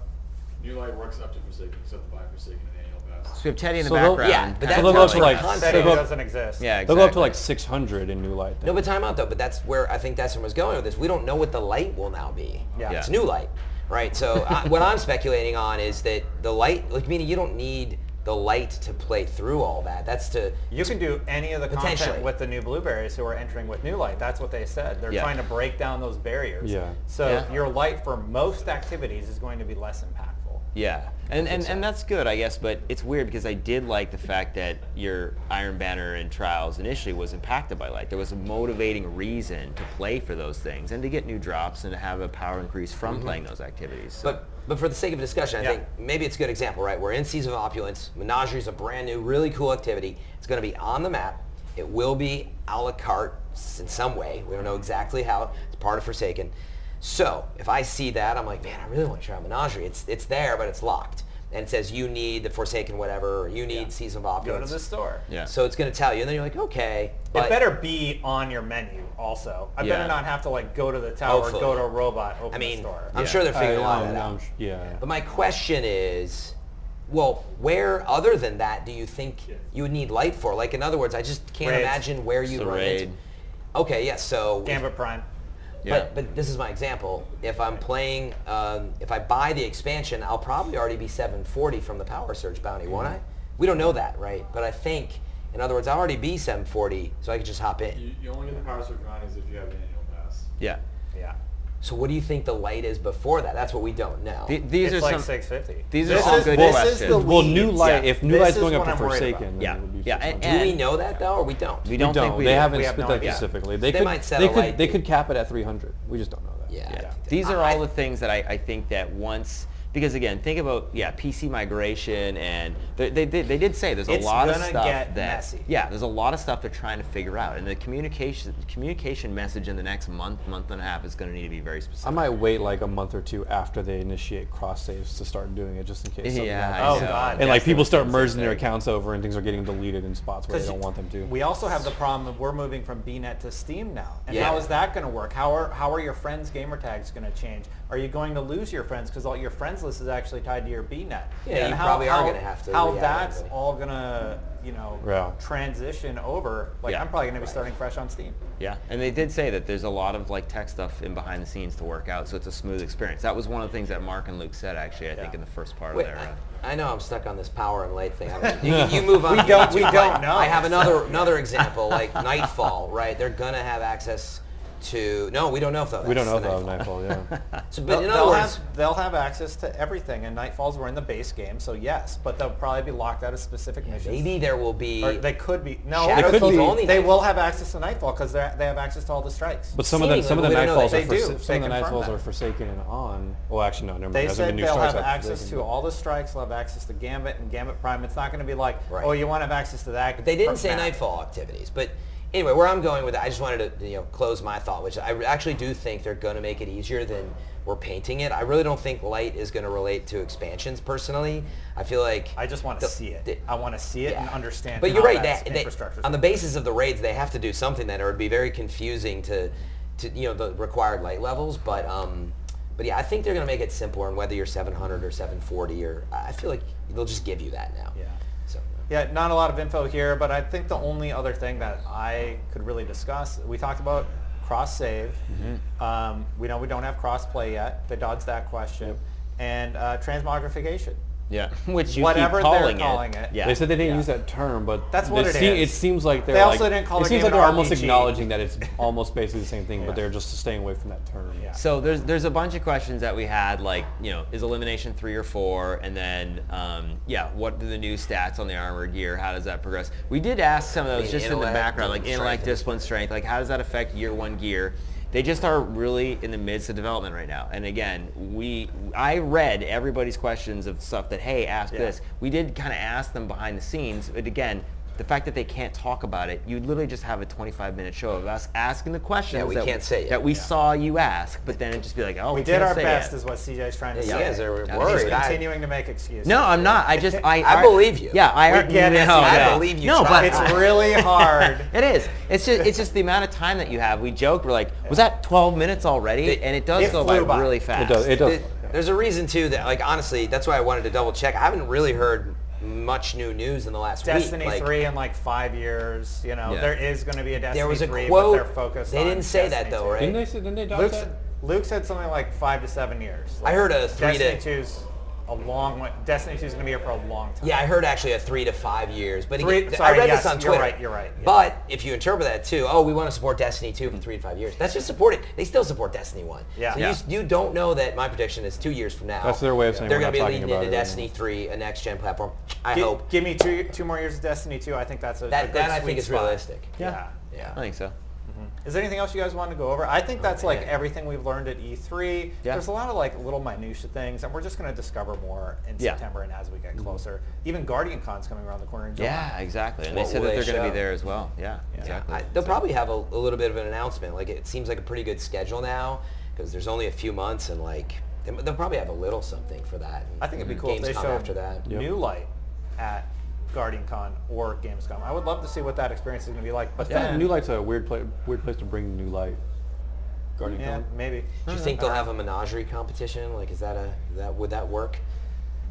E: New Light works up to Forsaken, except by Forsaken and Annual Pass.
D: So we have Teddy in the
B: So they'll-
D: background.
C: Yeah, but
D: kind
C: that's
D: of
B: they'll go
D: telling
B: to
D: us-
B: like-
C: context.
A: That
B: So go-
A: doesn't exist.
D: yeah,
B: They'll
D: exactly.
B: go up to like 600 in New Light.
C: No,
B: Then.
C: but time out though. But that's where I think that's where I was going with this. We don't know what the light will now be.
A: Yeah.
D: Yeah.
C: It's new light, right? So I, what I'm speculating on is that the light, like meaning you don't need the light to play through all that. That's to
A: You can do any of the
C: Potentially.
A: content with the new blueberries who are entering with new light. That's what they said. They're
D: Yeah.
A: trying to break down those barriers.
B: Yeah.
A: So
D: Yeah.
A: your light for most activities is going to be less impactful.
D: Yeah, and and, and that's good, I guess. But it's weird because I did like the fact that your Iron Banner and Trials initially was impacted by light. There was a motivating reason to play for those things and to get new drops and to have a power increase from playing those activities. So-
C: But but for the sake of discussion, I
A: Yeah.
C: think maybe it's a good example, right? We're in Season of Opulence. Menagerie is a brand new, really cool activity. It's going to be on the map. It will be a la carte s- in some way. We don't know exactly how. It's part of Forsaken. So if I see that, I'm like, man, I really want to try Menagerie. It's it's there, but it's locked. And it says you need the Forsaken whatever, or you need Season of
A: Go
C: Opulence.
A: to the store.
D: yeah.
C: So it's going to tell you, and then you're like, okay.
A: it better be on your menu also. I
D: Yeah.
A: better not have to like go to the tower,
C: Hopefully.
A: go to a robot, open
C: I mean,
A: the store.
C: I'm sure they're
B: I-
C: figuring a lot of
B: I'm-
C: that out.
B: I'm sh- Yeah.
C: But my question is, well, where other than that do you think you would need light for? Like, in other words, I just can't
A: Raids.
C: imagine where you'd
D: So
C: run
D: raid.
C: into. Okay, yeah. So,
A: Gambit Prime.
D: yeah.
C: but but this is my example. If I'm playing, um, if I buy the expansion, I'll probably already be 740 from the power surge bounty,
D: Mm-hmm.
C: won't I? We don't know that, right? But I think, in other words, I'll already be 740, so I could just hop in.
E: You, you only get the power surge bounties if you have an Annual Pass.
D: yeah.
A: Yeah.
C: So, what do you think the light is before that? That's what we don't know.
D: Th- these
A: It's
D: are
A: like
D: some.
A: 650.
D: These are
A: This
D: some
A: is-
D: good
A: this
D: questions.
A: Is the
B: well, New
A: leads.
B: Light,
A: Yeah.
B: if New
A: This
B: Light's
A: is
B: going up
A: what
B: to
A: I'm worried
B: Forsaken,
A: about.
B: then
D: Yeah.
B: it would be
D: Yeah, and-
B: 600.
C: do we know that though, or we don't?
D: we
B: We
D: don't, think we.
B: they haven't
A: we have
B: split
A: no
B: that
A: idea.
B: specifically. They,
C: They
B: could,
C: might set
B: they
C: a
B: could,
C: light
B: they
C: to-
B: could cap it at 300. We just don't know that.
C: Yeah. I
D: Yeah.
C: think that-
D: These are
C: I-
D: all the things that I, I think that once, because again, think about, yeah, PC migration and they, they, did- they did say there's a
A: It's
D: lot of
A: gonna
D: stuff
A: get
D: that,
A: messy.
D: yeah, there's a lot of stuff they're trying to figure out. And the communication, communication message in the next month, month and a half is going to need to be very
B: I
A: Um,
D: specific.
B: might wait like a month or two after they initiate cross saves to start doing it, just in case. something
D: Yeah, I
B: happens.
A: Oh,
D: know.
A: God.
B: And like
A: Yes,
B: people
A: that's
B: start
A: the
B: merging their
A: thing.
B: accounts over, and things are getting deleted in spots where they
A: Because
B: don't want them to.
A: We also have the problem of we're moving from BNet to Steam now. And
C: Yeah.
A: how is that going to work? How are how are your friends' gamer tags going to change? Are you going to lose your friends because all your friends list is actually tied to your BNet?
C: Yeah,
A: and
C: you
A: how,
C: probably are
A: how-
C: gonna have to
A: How
C: re-add
A: that's
C: everybody.
A: all going to you know
B: Yeah.
A: transition over? Like
D: Yeah.
A: I'm probably going to be starting fresh on Steam.
D: Yeah, and they did say that there's a lot of like tech stuff in behind the scenes to work out, so it's a smooth experience. That was one of the things that Mark and Luke said actually. I think
A: Yeah.
D: in the first part
C: Wait,
D: of their. Uh,
C: I, I know I'm stuck on this power and light thing. I mean, you, you move on.
A: We don't- we don't know.
C: I have another another example, like Nightfall, right? They're gonna have access to. No, we don't know if though.
B: we don't know
C: that's
B: if they'll have
C: the
B: Nightfall. Yeah.
C: So, but
A: They'll,
C: in
A: they'll
C: other words,
A: have, they'll have access to everything, and Nightfalls were in the base game, so yes, but they'll probably be locked out of specific missions.
C: maybe there will be.
A: Or they could be. No,
C: Shadow
B: They could Keep be.
C: only
A: They
C: Nightfall.
A: will have access to Nightfall because they have access to all the strikes.
B: But some of the some of the
C: Seemingly, but we don't know
B: nightfalls
C: that
B: are
A: they do.
B: forsa- some
A: They
B: of the
A: confirm
B: nightfalls
A: that.
B: are forsaken and on. Well, actually, no, never mind.
A: They
B: There's
A: said
B: been new
A: they'll
B: strikes
A: have
B: out for
A: access
B: Forsaken,
A: to
B: but-
A: all the strikes. They'll have access to Gambit and Gambit Prime. It's not going to be like,
C: Right.
A: oh, you want to have access to that.
C: They didn't say
A: map.
C: Nightfall activities, but anyway, where I'm going with it, I just wanted to you know close my thought, which I actually do think they're going to make it easier than we're painting it. I really don't think light is going to relate to expansions personally. I feel like
A: I just want to
C: the-
A: see it.
C: the-
A: I want to see it and
C: yeah.
A: understand.
C: But
A: how
C: you're right.
A: that's
C: That, that-
A: infrastructure's
C: on the basis of the raids, they have to do something that, or it'd be very confusing to, to you know, the required light levels. But um, but yeah, I think they're going to make it simpler. And whether you're 700 or 740, or I I feel like they'll just give you that now.
A: Yeah.
C: So
A: Yeah, not a lot of info here, but I think the only other thing that I could really discuss, we talked about cross save.
C: Mm-hmm.
A: Um, we know we don't have cross play yet. They dodged that question. And uh, transmogrification.
D: Yeah, which you
A: Whatever
D: keep
A: they're
D: calling,
A: calling
D: it.
A: it.
D: Yeah.
B: They said they didn't use that term, but
A: That's what
B: they
A: it
B: seem-
A: is.
B: It seems like they're
A: They also
B: like-
A: didn't call
B: it
A: their
B: seems
A: game
B: like
A: an
B: they're almost
A: RPG.
B: acknowledging that it's almost basically the same thing, but they're just staying away from that term.
A: Yeah.
D: So there's there's a bunch of questions that we had, like you know, is elimination three or four, and then um, yeah, what do the new stats on the armored gear? How does that progress? We did ask some of those
C: Yeah,
D: just in the
C: intellect,
D: background, like
C: strength.
D: intellect, discipline, strength, like how does that affect year one gear? They just are really in the midst of development right now. And again, we I read everybody's questions of stuff that hey, ask
A: Yeah.
D: this. We did kind of ask them behind the scenes, but again. The fact that they can't talk about it, you literally just have a 25-minute show of us asking the questions
C: we
D: that,
C: can't say it.
D: that we saw you ask, but then it'd just be like, oh,
A: We did our best, is what CJ's trying to
C: Yeah,
A: say.
C: you guys are
A: He's
C: worried. I-
A: continuing to make excuses.
D: No, I'm not. I just I
C: I believe you.
D: Yeah, I
A: We get it.
D: No,
A: I
D: no.
C: believe you
D: No,
C: try.
D: but
A: It's really hard.
D: it is. It's just it's just the amount of time that you have. We joked. We're like, was that 12 minutes already?
C: It-
D: and it does
A: it
D: go
A: flew by.
D: really
A: It
D: fast.
B: It does. It does.
C: Th- there's a reason too that like honestly, that's why I wanted to double check. I haven't really heard much new news in the last
A: Destiny
C: week. Like,
A: 3 in like five years, you know,
D: Yeah.
A: there is going to be a Destiny
C: There was a
A: 3,
C: quote.
A: but they're focused
C: They
A: on
C: didn't say that
A: Destiny
C: though,
A: 2.
C: right?
B: Didn't they? say- Didn't they dodge
A: Luke
B: that?
A: said, Luke said something like five to seven years.
C: I heard a three
A: Destiny
C: to.
A: 2's a long way. Destiny 2's going to be here for a long time.
C: Yeah, I heard actually a three to five years, but
A: Three-
C: again,
A: sorry,
C: I read
A: yes,
C: this on
A: you're
C: Twitter.
A: right, you're right, yeah.
C: But if you interpret that too, oh, we want to support Destiny two from three to five years. That's just supported. They still support Destiny one.
A: Yeah.
C: So
A: Yeah.
C: You, you don't know that my prediction is two years from now.
B: That's their way of saying
C: they're
B: we're
C: going to
B: not
C: be
B: talking
C: leading
B: about
C: into
B: it right
C: Destiny three, a next gen platform. I
A: Gi-
C: hope
A: Give me two two more years of Destiny 2. I think that's a, a
C: that
A: good
C: that I
A: sweet
C: think is
A: spot.
C: realistic.
A: Yeah.
C: Yeah.
D: I think so.
A: Is there anything else you guys want to go over? I think that's like
C: yeah.
A: everything we've learned at E3.
D: Yeah.
A: There's a lot of like little minutia things, and we're just going to discover more in
D: Yeah.
A: September and as we get closer. Even Guardian Con's coming around the corner in July.
D: Yeah, exactly. And
C: What
D: they said
C: will
D: that
C: they
D: they're going to
C: show?
D: be there as well. Yeah, exactly.
C: I, they'll
D: So-
C: probably have a, a little bit of an announcement. Like it seems like a pretty good schedule now because there's only a few months, and like they- they'll probably have a little something for that. Mm-hmm.
A: I think it'd
D: Mm-hmm.
A: be cool
C: Games
A: if they
C: come
A: showed
C: after that.
A: new light at Guardian Con or Gamescom. I would love to see what that experience is going to be like. But
B: I feel like
A: then,
B: New Light's a weird place. Weird place to bring New Light. Guardian
A: yeah,
B: Con.
A: maybe.
D: Hmm.
C: Do you think they'll have a menagerie competition? Like, is that a that would that work?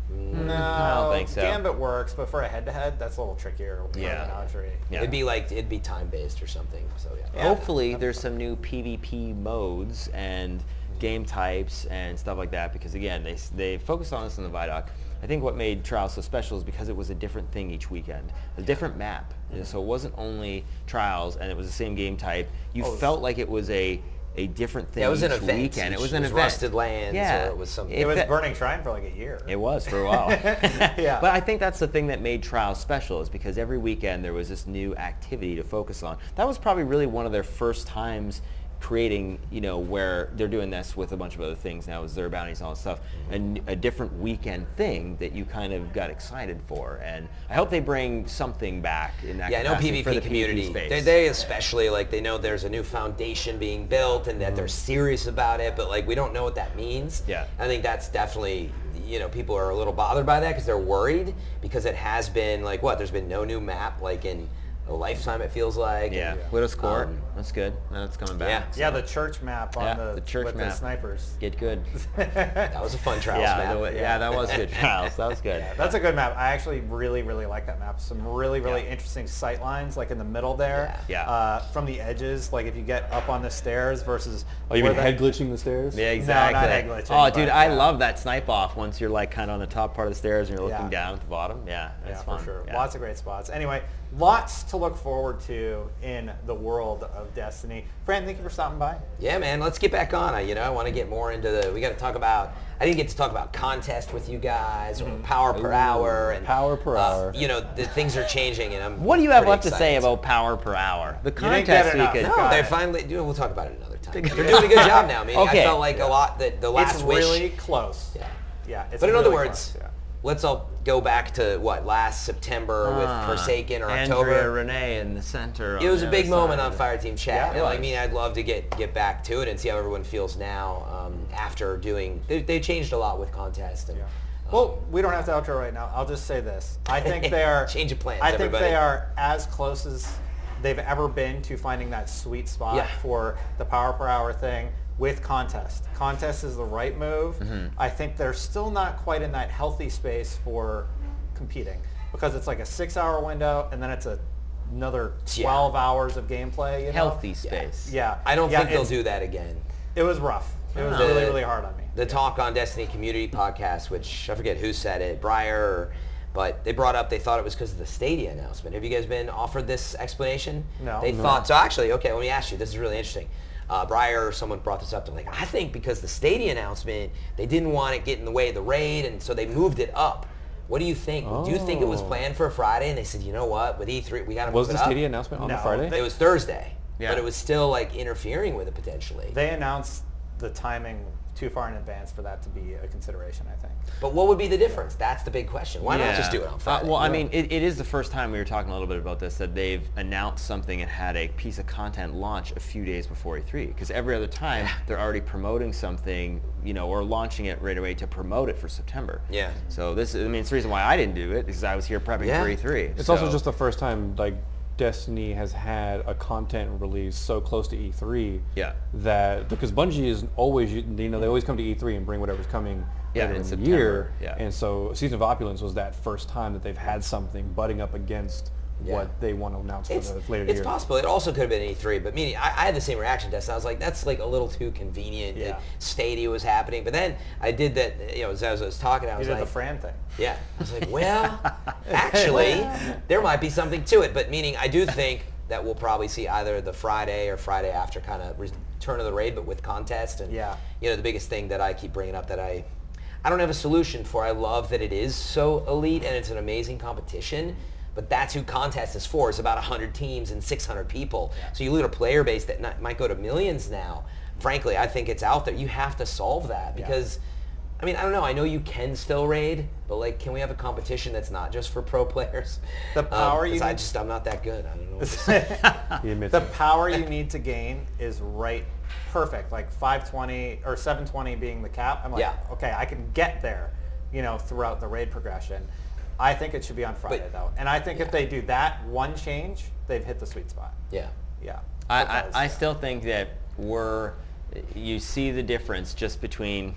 A: No,
D: I don't think so.
A: Gambit works, but for a head-to-head, that's a little trickier. with
D: Yeah.
A: Menagerie.
D: Yeah.
C: It'd be like it'd be time based or something. So yeah.
D: Hopefully, there's some new PvP modes and game types and stuff like that because again, they they focused on this in the Vidoc. I think what made Trials so special is because it was a different thing each weekend, a different map.
C: Mm-hmm.
D: You know, So it wasn't only Trials and it was the same game type. You felt like it was a a different thing
C: Oh, Yeah, it was
D: each
C: an event.
D: weekend.
C: Each-
D: it was
C: it
D: an
C: was
D: event.
C: Rusted Lands
D: yeah.
C: or it was some-
A: It was
D: fe-
A: Burning Shrine for like a year.
D: it was for a while.
A: Yeah.
D: But I think that's the thing that made trials special is because every weekend there was this new activity to focus on. That was probably really one of their first times creating, you know, where they're doing this with a bunch of other things now, is their bounties and all that stuff, and a different weekend thing that you kind of got excited for. And I hope they bring something back in that
C: Yeah, I know
D: capacity
C: PvP
D: for the
C: community.
D: PvP space.
C: they, they especially like they know there's a new foundation being built and that they're serious about it, but like we don't know what that means.
D: Mm-hmm. Yeah.
C: I think that's definitely you know people are a little bothered by that because they're worried because it has been like what there's been no new map like in a lifetime it feels like.
D: yeah.
C: And,
D: Widow's Court.
C: um,
D: that's good. Now it's coming back.
C: yeah.
D: so
A: Yeah, the church map on
D: Yeah,
A: the,
D: the church
A: with the
D: map.
A: snipers.
D: Get good.
C: that was a fun trials
D: yeah,
C: map.
D: the way- yeah, that was good. Trials. That was good.
A: That's a good map. I actually really, really like that map. Some really, really interesting sight lines, like in the middle there.
D: Yeah. Yeah.
A: Uh, from the edges, like if you get up on the stairs versus.
B: Oh, you
A: where
B: mean
A: the-
B: head glitching the stairs?
D: Yeah,
A: not
D: exactly.
A: egg glitching,
D: oh,
A: but,
D: dude, I
A: yeah.
D: love that snipe off once you're like kind of on the top part of the stairs and you're looking
A: Yeah.
D: down at the bottom. Yeah,
A: Yeah,
D: that's
A: for
D: fun.
A: sure.
D: Yeah.
A: Lots of great spots. Anyway, lots to look forward to in the world of Destiny. Fran, thank you for stopping by.
C: Yeah, man, let's get back on it. You know, I want to get more into the. We got to talk about. I didn't get to talk about contest with you guys
D: Mm-hmm.
C: or power per hour and uh,
B: power per hour.
C: You know, the things are changing, and I'm.
D: What do you have
C: pretty
D: left to say
C: excited.
D: about power per hour? The
A: didn't get
D: contest
A: enough.
D: we could.
A: No.
C: No,
A: Got
C: they
A: it.
C: finally do. We're talking about it another time. They're doing a good job now. I mean,
D: Okay.
C: I felt like a lot that the last
A: it's
C: wish.
A: really close.
C: Yeah.
A: Yeah. It's
C: But in other
A: really
C: words,
A: close, yeah.
C: let's all go back to what last September
D: Ah,
C: with Forsaken or
D: Andrea
C: October.
D: Renee in the center.
C: It
D: on
C: was
D: the
C: a
D: other
C: big moment
D: side.
C: on Fire Team Chat.
A: Yeah, it
C: I
A: was.
C: mean, I'd love to get, get back to it and see how everyone feels now um, after doing. They, they changed a lot with contest. And,
A: Well, we don't have to outro right now. I'll just say this. I think they are
C: Change of plans,
A: I think
C: everybody.
A: they are as close as they've ever been to finding that sweet spot
C: Yeah.
A: for the power per hour thing with contest. Contest is the right move.
C: Mm-hmm.
A: I think they're still not quite in that healthy space for competing because it's like a 6-hour window and then it's a, another
C: Yeah.
A: 12 hours of gameplay, you know?
D: Healthy space.
A: Yeah.
C: I don't
A: Yeah,
C: think they'll
A: it's-
C: do Uh-huh. that again.
A: It was rough. It was
C: The-
A: really really hard on me.
C: The talk on Destiny Community podcast, which I forget who said it, Breyer, or, but they brought up they thought it was because of the Stadia announcement. Have you guys been offered this explanation?
A: No.
C: They
A: No.
C: thought so. Actually, okay, let me ask you. This is really interesting. Uh, Breyer or someone brought this up. They're like, I think because the Stadia announcement, they didn't want it get in the way of the raid, and so they moved it up. What do you think? Do you think it was
B: Oh.
C: planned for Friday? And they said, you know what, with E3, we got to
B: Was
C: move
B: the
C: it up.
B: Stadia announcement on
A: No,
B: the Friday?
A: they-
C: It was Thursday,
D: Yeah.
C: but it was still like interfering with it potentially.
A: They announced the timing too far in advance for that to be a consideration, I think.
C: But what would be the difference? That's the big question. Why not just
D: Yeah.
C: do it on
D: Uh,
C: Friday?
D: well, I mean, it, it is the first time we were talking a little bit about this that they've announced something and had a piece of content launch a few days before E3. Because every other time they're already promoting something, you know, or launching it right away to promote it for September.
C: Yeah.
D: So this, I mean, it's the reason why I didn't do it because I was here prepping
C: Yeah.
D: for E3.
B: It's
D: So-
B: also just the first time like Destiny has had a content release so close to E3.
D: Yeah.
B: That because Bungie is always you know they always come to E3 and bring whatever's coming
D: Yeah,
B: later
D: in
B: in the
D: September,
B: year.
D: yeah.
B: And so Season of Opulence was that first time that they've had something butting up against
C: Yeah.
B: what they want to announce
C: it's,
B: for the later
C: it's
B: year.
C: possible. It also could have been E3, but meaning I, I had the same reaction test. I was like, that's like a little too convenient.
A: Yeah.
C: That Stadia was happening, but then I did that. You know, as I was, I was talking, I
A: You
C: was
A: did
C: like,
A: the Fran thing.
C: yeah, I was like, well, actually, there might be something to it. But meaning, I do think that we'll probably see either the Friday or Friday after kind of return of the raid, but with contest and
A: Yeah.
C: you know the biggest thing that I keep bringing up that I I don't have a solution for. I love that it is so elite and it's an amazing competition, but that's who contest is for. It's about 100 teams and 600 people. So you look at a player base that not, might go to millions now. Frankly, I think it's out there. You have to solve that because I mean, I don't know. I know you can still raid, but like can we have a competition that's not just for pro players? Um,
A: The power you
C: 'cause I
A: need-
C: just I'm not that good. I don't know. What to say.
B: He admits
A: The
B: it.
A: power you need to gain is right perfect, like 520 or 720 being the cap. I'm like,
C: Yeah.
A: okay, I can get there, you know, throughout the raid progression. I think it should be on Friday
C: But-
A: though. And I think if they do that one change, they've hit the sweet spot.
C: yeah.
A: Yeah.
D: I,
A: Because-
D: I, I still think that we're you see the difference just between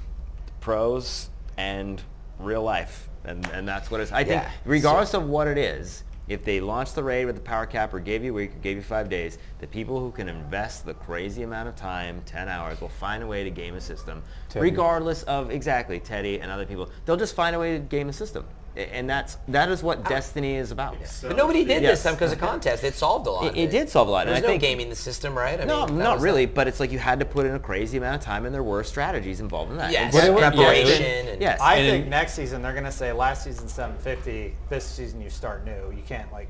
D: pros and real life and, and that's what it's I
C: Yeah.
D: think regardless of what it is if they launch the raid with the power cap or gave you a week or gave you five days the people who can invest the crazy amount of time 10 hours will find a way to game a system
B: Teddy.
D: regardless of exactly Teddy and other people they'll just find a way to game a system A- and that's that is what destiny is about
E: So-
C: But nobody did
D: Yes.
C: this time because of contest. It solved a lot.
D: It- it did solve a lot, and
C: There's
D: I
C: no
D: think-
C: gaming the system, right? I
D: No,
C: mean, that
D: not
C: was
D: really, but it's like you had to put in a crazy amount of time, and there were strategies involved in that.
C: Yes,
D: And
B: it was-
C: preparation.
D: yeah, it was-
C: and,
D: yes.
A: I
B: And
A: think
B: in-
A: next season they're gonna say last season 750, this season you start new. You can't like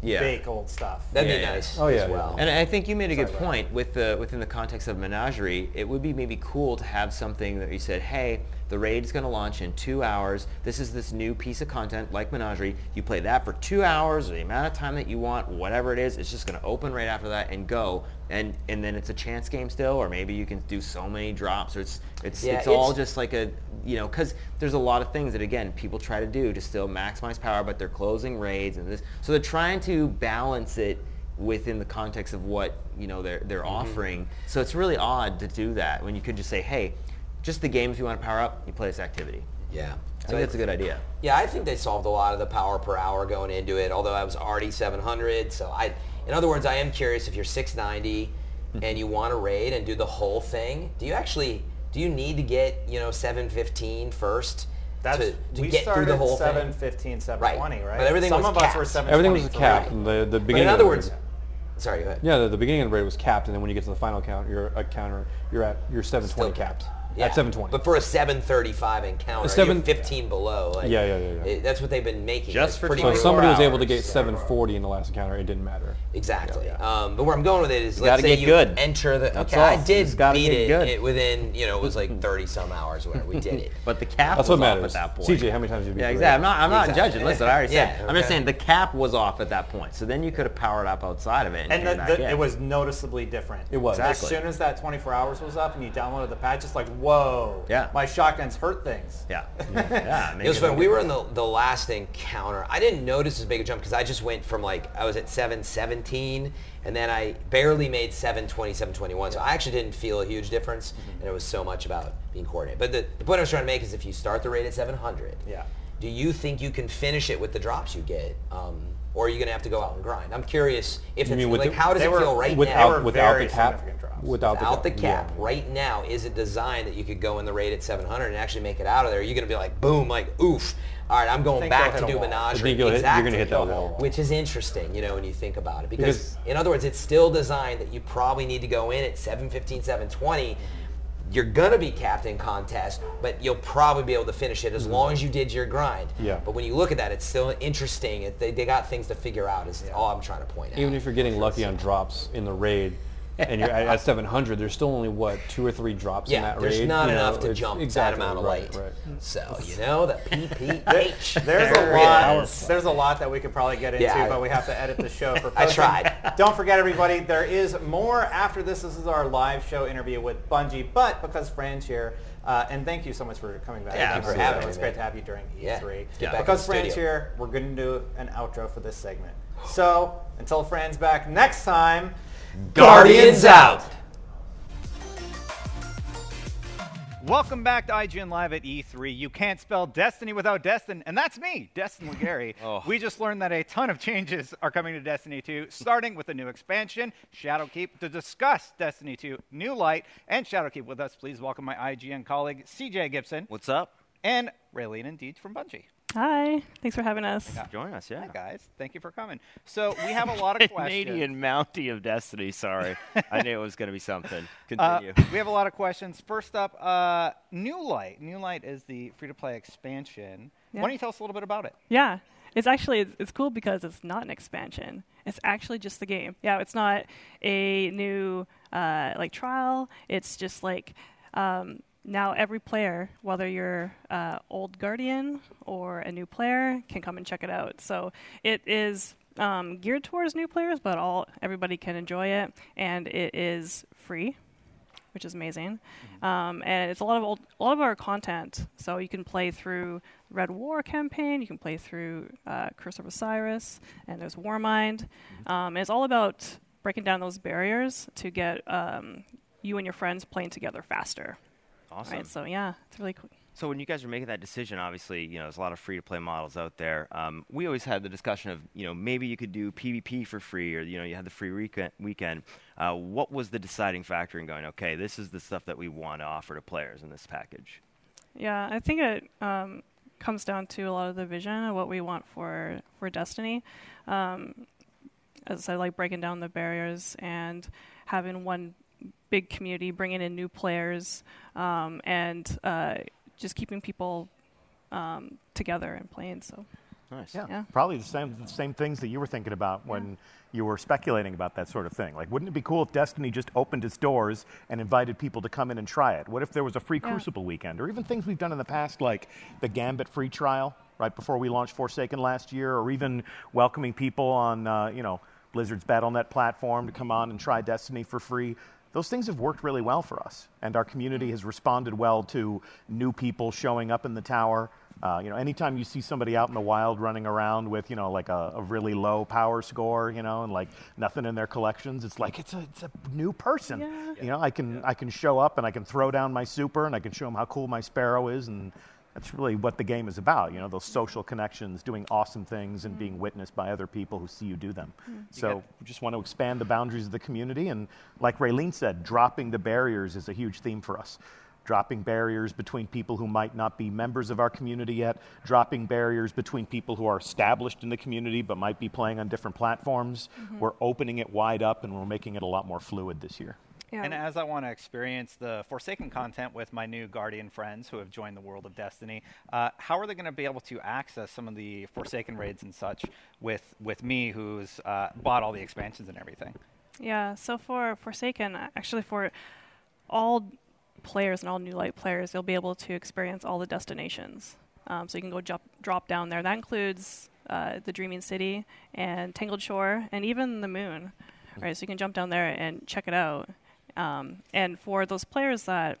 D: Yeah.
A: bake old stuff.
C: That'd be
D: Yeah, yeah.
C: nice
B: Oh, yeah,
C: as
B: yeah.
C: well.
D: And I think you made a good
A: Sorry, Brian.
D: point with the within the context of menagerie. It would be maybe cool to have something that you said, "Hey, the raid's going to launch in two hours. This is this new piece of content like menagerie. You play that for two hours, or the amount of time that you want, whatever it is. It's just going to open right after that and go. And and then it's a chance game still, or maybe you can do so many drops, or it's it's
C: Yeah,
D: it's all
C: it's-
D: just like a you know because there's a lot of things that again people try to do to still maximize power, but they're closing raids and this, so they're trying to balance it within the context of what you know they're they're
C: Mm-hmm.
D: offering. So it's really odd to do that when you could just say, hey, just the games you want to power up, you play this activity.
C: yeah.
D: I think that's a good idea.
C: Yeah, I think they solved a lot of the power per hour going into it. Although I was already 700, so I, in other words, I am curious if you're 690 and you want to raid and do the whole thing. Do you actually? Do you need to get you know 715 first
A: That's
C: to, to
A: we
C: get through
A: started
C: the whole
A: seven
C: thing?
A: fifteen, seven twenty,
C: Right.
A: right?
C: But everything
A: Some
C: was
A: of us
C: capped.
A: were seven.
B: Everything was capped. and The the
C: But
B: beginning.
C: in
B: of
C: other
B: the
C: words,
B: raid-
C: sorry, go ahead.
B: Yeah, the, the beginning of the raid was capped, and then when you get to the final count, you're a counter. You're at your 720
C: Still
B: capped.
C: capped.
B: at 7:20.
C: But for a 7:35 encounter,
B: A seven-
C: you're 15 below. Like,
B: Yeah, yeah, yeah, yeah.
C: it- that's what they've been making.
D: Just
C: It's
D: for
C: pretty
B: So if
C: brutal.
B: somebody was able to
D: hours.
B: get 740 in the last encounter, it didn't matter.
C: Exactly. Um, but where I'm going with it is,
D: gotta
C: let's say
D: get
C: you
D: good.
C: enter the.
D: That's
C: okay,
D: all.
C: I
D: You
C: did
D: just gotta
C: beat
D: get
C: it,
D: good.
C: it within you know it was like 30 some hours or whatever. We did it.
D: But the cap
B: That's
D: was
B: what
D: off
B: matters.
D: at that point.
B: CJ, how many times have you beat
D: Yeah,
B: the
D: exactly. I'm
B: Raiders?
D: not. I'm not
C: Exactly.
D: judging. Listen, I already said.
C: Yeah,
D: I'm just
C: okay.
D: saying the cap was off at that point. So then you could have powered up outside of it. And,
A: And
D: came
A: the,
D: back
A: the,
D: in.
A: it was noticeably different.
B: It was.
A: As
D: Exactly.
A: soon as that 24 hours was up and you downloaded the patch, it's like, whoa,
D: Yeah.
A: my shotguns hurt things.
D: Yeah. yeah.
C: It was fun. We were in the, the last encounter. I didn't notice as big a jump because I just went from like I was at 717 and then I barely made 720, 721. So I actually didn't feel a huge difference
D: Mm-hmm.
C: and it was so much about being coordinated. But the, the point I was trying to make is if you start the raid at 700,
A: Yeah.
C: do you think you can finish it with the drops you get? Um, or are you going to have to go out and grind? I'm curious if
B: You
C: it's
B: mean with
C: like
B: the-
C: how does
A: They
C: it
A: were-
C: feel right
A: they
B: Without
A: were
C: now?
B: without the
A: very
B: cap,
A: significant drops.
B: without,
C: Without the
B: yeah.
C: cap right now, is it designed that you could go in the raid at 700 and actually make it out of there? You're going to be like, boom, like, oof. All right, I'm going
A: think
C: back
A: they'll
C: to
A: hit
C: do
A: a wall.
C: Menagerie.
B: I think you'll hit- you're gonna hit that
C: Exactly.
B: wall.
C: Which is interesting, you know, when you think about it. Because,
B: Because-
C: in other words, it's still designed that you probably need to go in at 715, 720. You're going to be capped in contest, but you'll probably be able to finish it as long as you did your grind.
B: Mm-hmm. Yeah.
C: But when you look at that, it's still interesting. It, they, they got things to figure out is all I'm trying to point out.
B: Even if you're getting lucky on drops in the raid, and you're at, at 700, there's still only what two or three drops in
C: yeah,
B: that raid.
C: there's not
B: you know,
C: enough to
B: it's-
C: jump
B: exactly,
C: that amount of
B: right,
C: light.
B: Right.
C: So, you know, the PPH.
A: There's a
C: There it
A: lot.
C: is.
A: There's a lot that we could probably get into,
C: Yeah, I-
A: but we have to edit the show for.
C: I
A: posting.
C: tried.
A: Don't forget, everybody. There is more after this. This is our live show interview with Bungie, but because Fran's here, uh, and thank you so much for coming back.
D: Yeah,
A: Thank you
D: for
C: having me,
A: It's great
C: man.
A: to have you during
C: Yeah,
A: E3.
C: get back in
A: Because
C: the
A: Fran's
C: studio.
A: here, we're going to do an outro for this segment. So until Fran's back next time,
C: Guardians out.
F: Welcome back to IGN Live at E3. You can't spell Destiny without Destin, and that's me, Destin Legary.
G: Oh.
F: We just learned that a ton of changes are coming to Destiny 2, starting with a new expansion, Shadowkeep. To discuss Destiny 2, New Light, and Shadowkeep with us, please welcome my IGN colleague, CJ Gibson. What's up? And Raylene and Deej from Bungie.
H: Hi. Thanks for having us.
G: Join us, yeah.
F: Hi, guys. Thank you for coming. So we have a lot of questions.
G: Canadian Mountie of Destiny. Sorry, I knew it was going to be something.
F: Uh,
G: Continue.
F: we have a lot of questions. First up, uh, New Light. New Light is the free-to-play expansion.
H: Yeah.
F: Why don't you tell us a little bit about it?
H: Yeah. It's actually it's, it's cool because it's not an expansion. It's actually just the game. Yeah, it's not a new uh, like trial. It's just like um, now every player, whether you're uh, old guardian or a new player, can come and check it out. So it is um, geared towards new players, but all everybody can enjoy it, and it is free. which is amazing. Um, and it's a lot of old, a lot of our content. So you can play through Red War campaign, you can play through uh, Curse of Osiris, and there's Warmind. Um, and it's all about breaking down those barriers to get um, you and your friends playing together faster.
G: awesome.
H: Right. So yeah, it's really cool.
G: So when you guys were making that decision, obviously, you know, there's a lot of free-to-play models out there. Um, we always had the discussion of, you know, maybe you could do PvP for free, or you know, you had the free weekend. Weekend. Uh, what was the deciding factor in going? Okay, this is the stuff that we want to offer to players in this package.
H: Yeah, I think it um, comes down to a lot of the vision of what we want for for Destiny. Um, as I said, like breaking down the barriers and having one big community, bringing in new players, um, and uh, just keeping people um, together and playing. So
G: Nice.
I: Yeah,
H: Yeah.
I: probably the same the same things that you were thinking about when you were speculating about that sort of thing. Like, wouldn't it be cool if Destiny just opened its doors and invited people to come in and try it? What if there was a free
H: Yeah.
I: Crucible weekend, or even things we've done in the past, like the Gambit free trial right before we launched Forsaken last year, or even welcoming people on uh, you know Blizzard's BattleNet platform to come on and try Destiny for free. Those things have worked really well for us, and our community has responded well to new people showing up in the tower. Uh, you know, anytime you see somebody out in the wild running around with, you know, like a, a really low power score, you know, and like nothing in their collections, it's like it's a, it's a new person.
H: Yeah.
I: You know, I can I can show up and I can throw down my super and I can show them how cool my sparrow is, and that's really what the game is about. You know, those social connections, doing awesome things, and being witnessed by other people who see you do them. So we just want to expand the boundaries of the community, and like Raylene said, dropping the barriers is a huge theme for us dropping barriers between people who might not be members of our community yet, dropping barriers between people who are established in the community but
A: Mm-hmm.
I: might be playing on different platforms. We're opening it wide up and we're making it a lot more fluid this year.
H: Yeah.
A: And as I want to experience the Forsaken content with my new Guardian friends who have joined the world of Destiny, uh, how are they going to be able to access some of the Forsaken raids and such with with me, who's uh, bought all the expansions and everything?
H: Yeah, so for Forsaken, uh, actually for all players and all New Light players, you'll be able to experience all the destinations. Um, so you can go jump, drop down there. That includes uh, the Dreaming City and Tangled Shore and even the Moon. Right, so you can jump down there and check it out. Um, and for those players that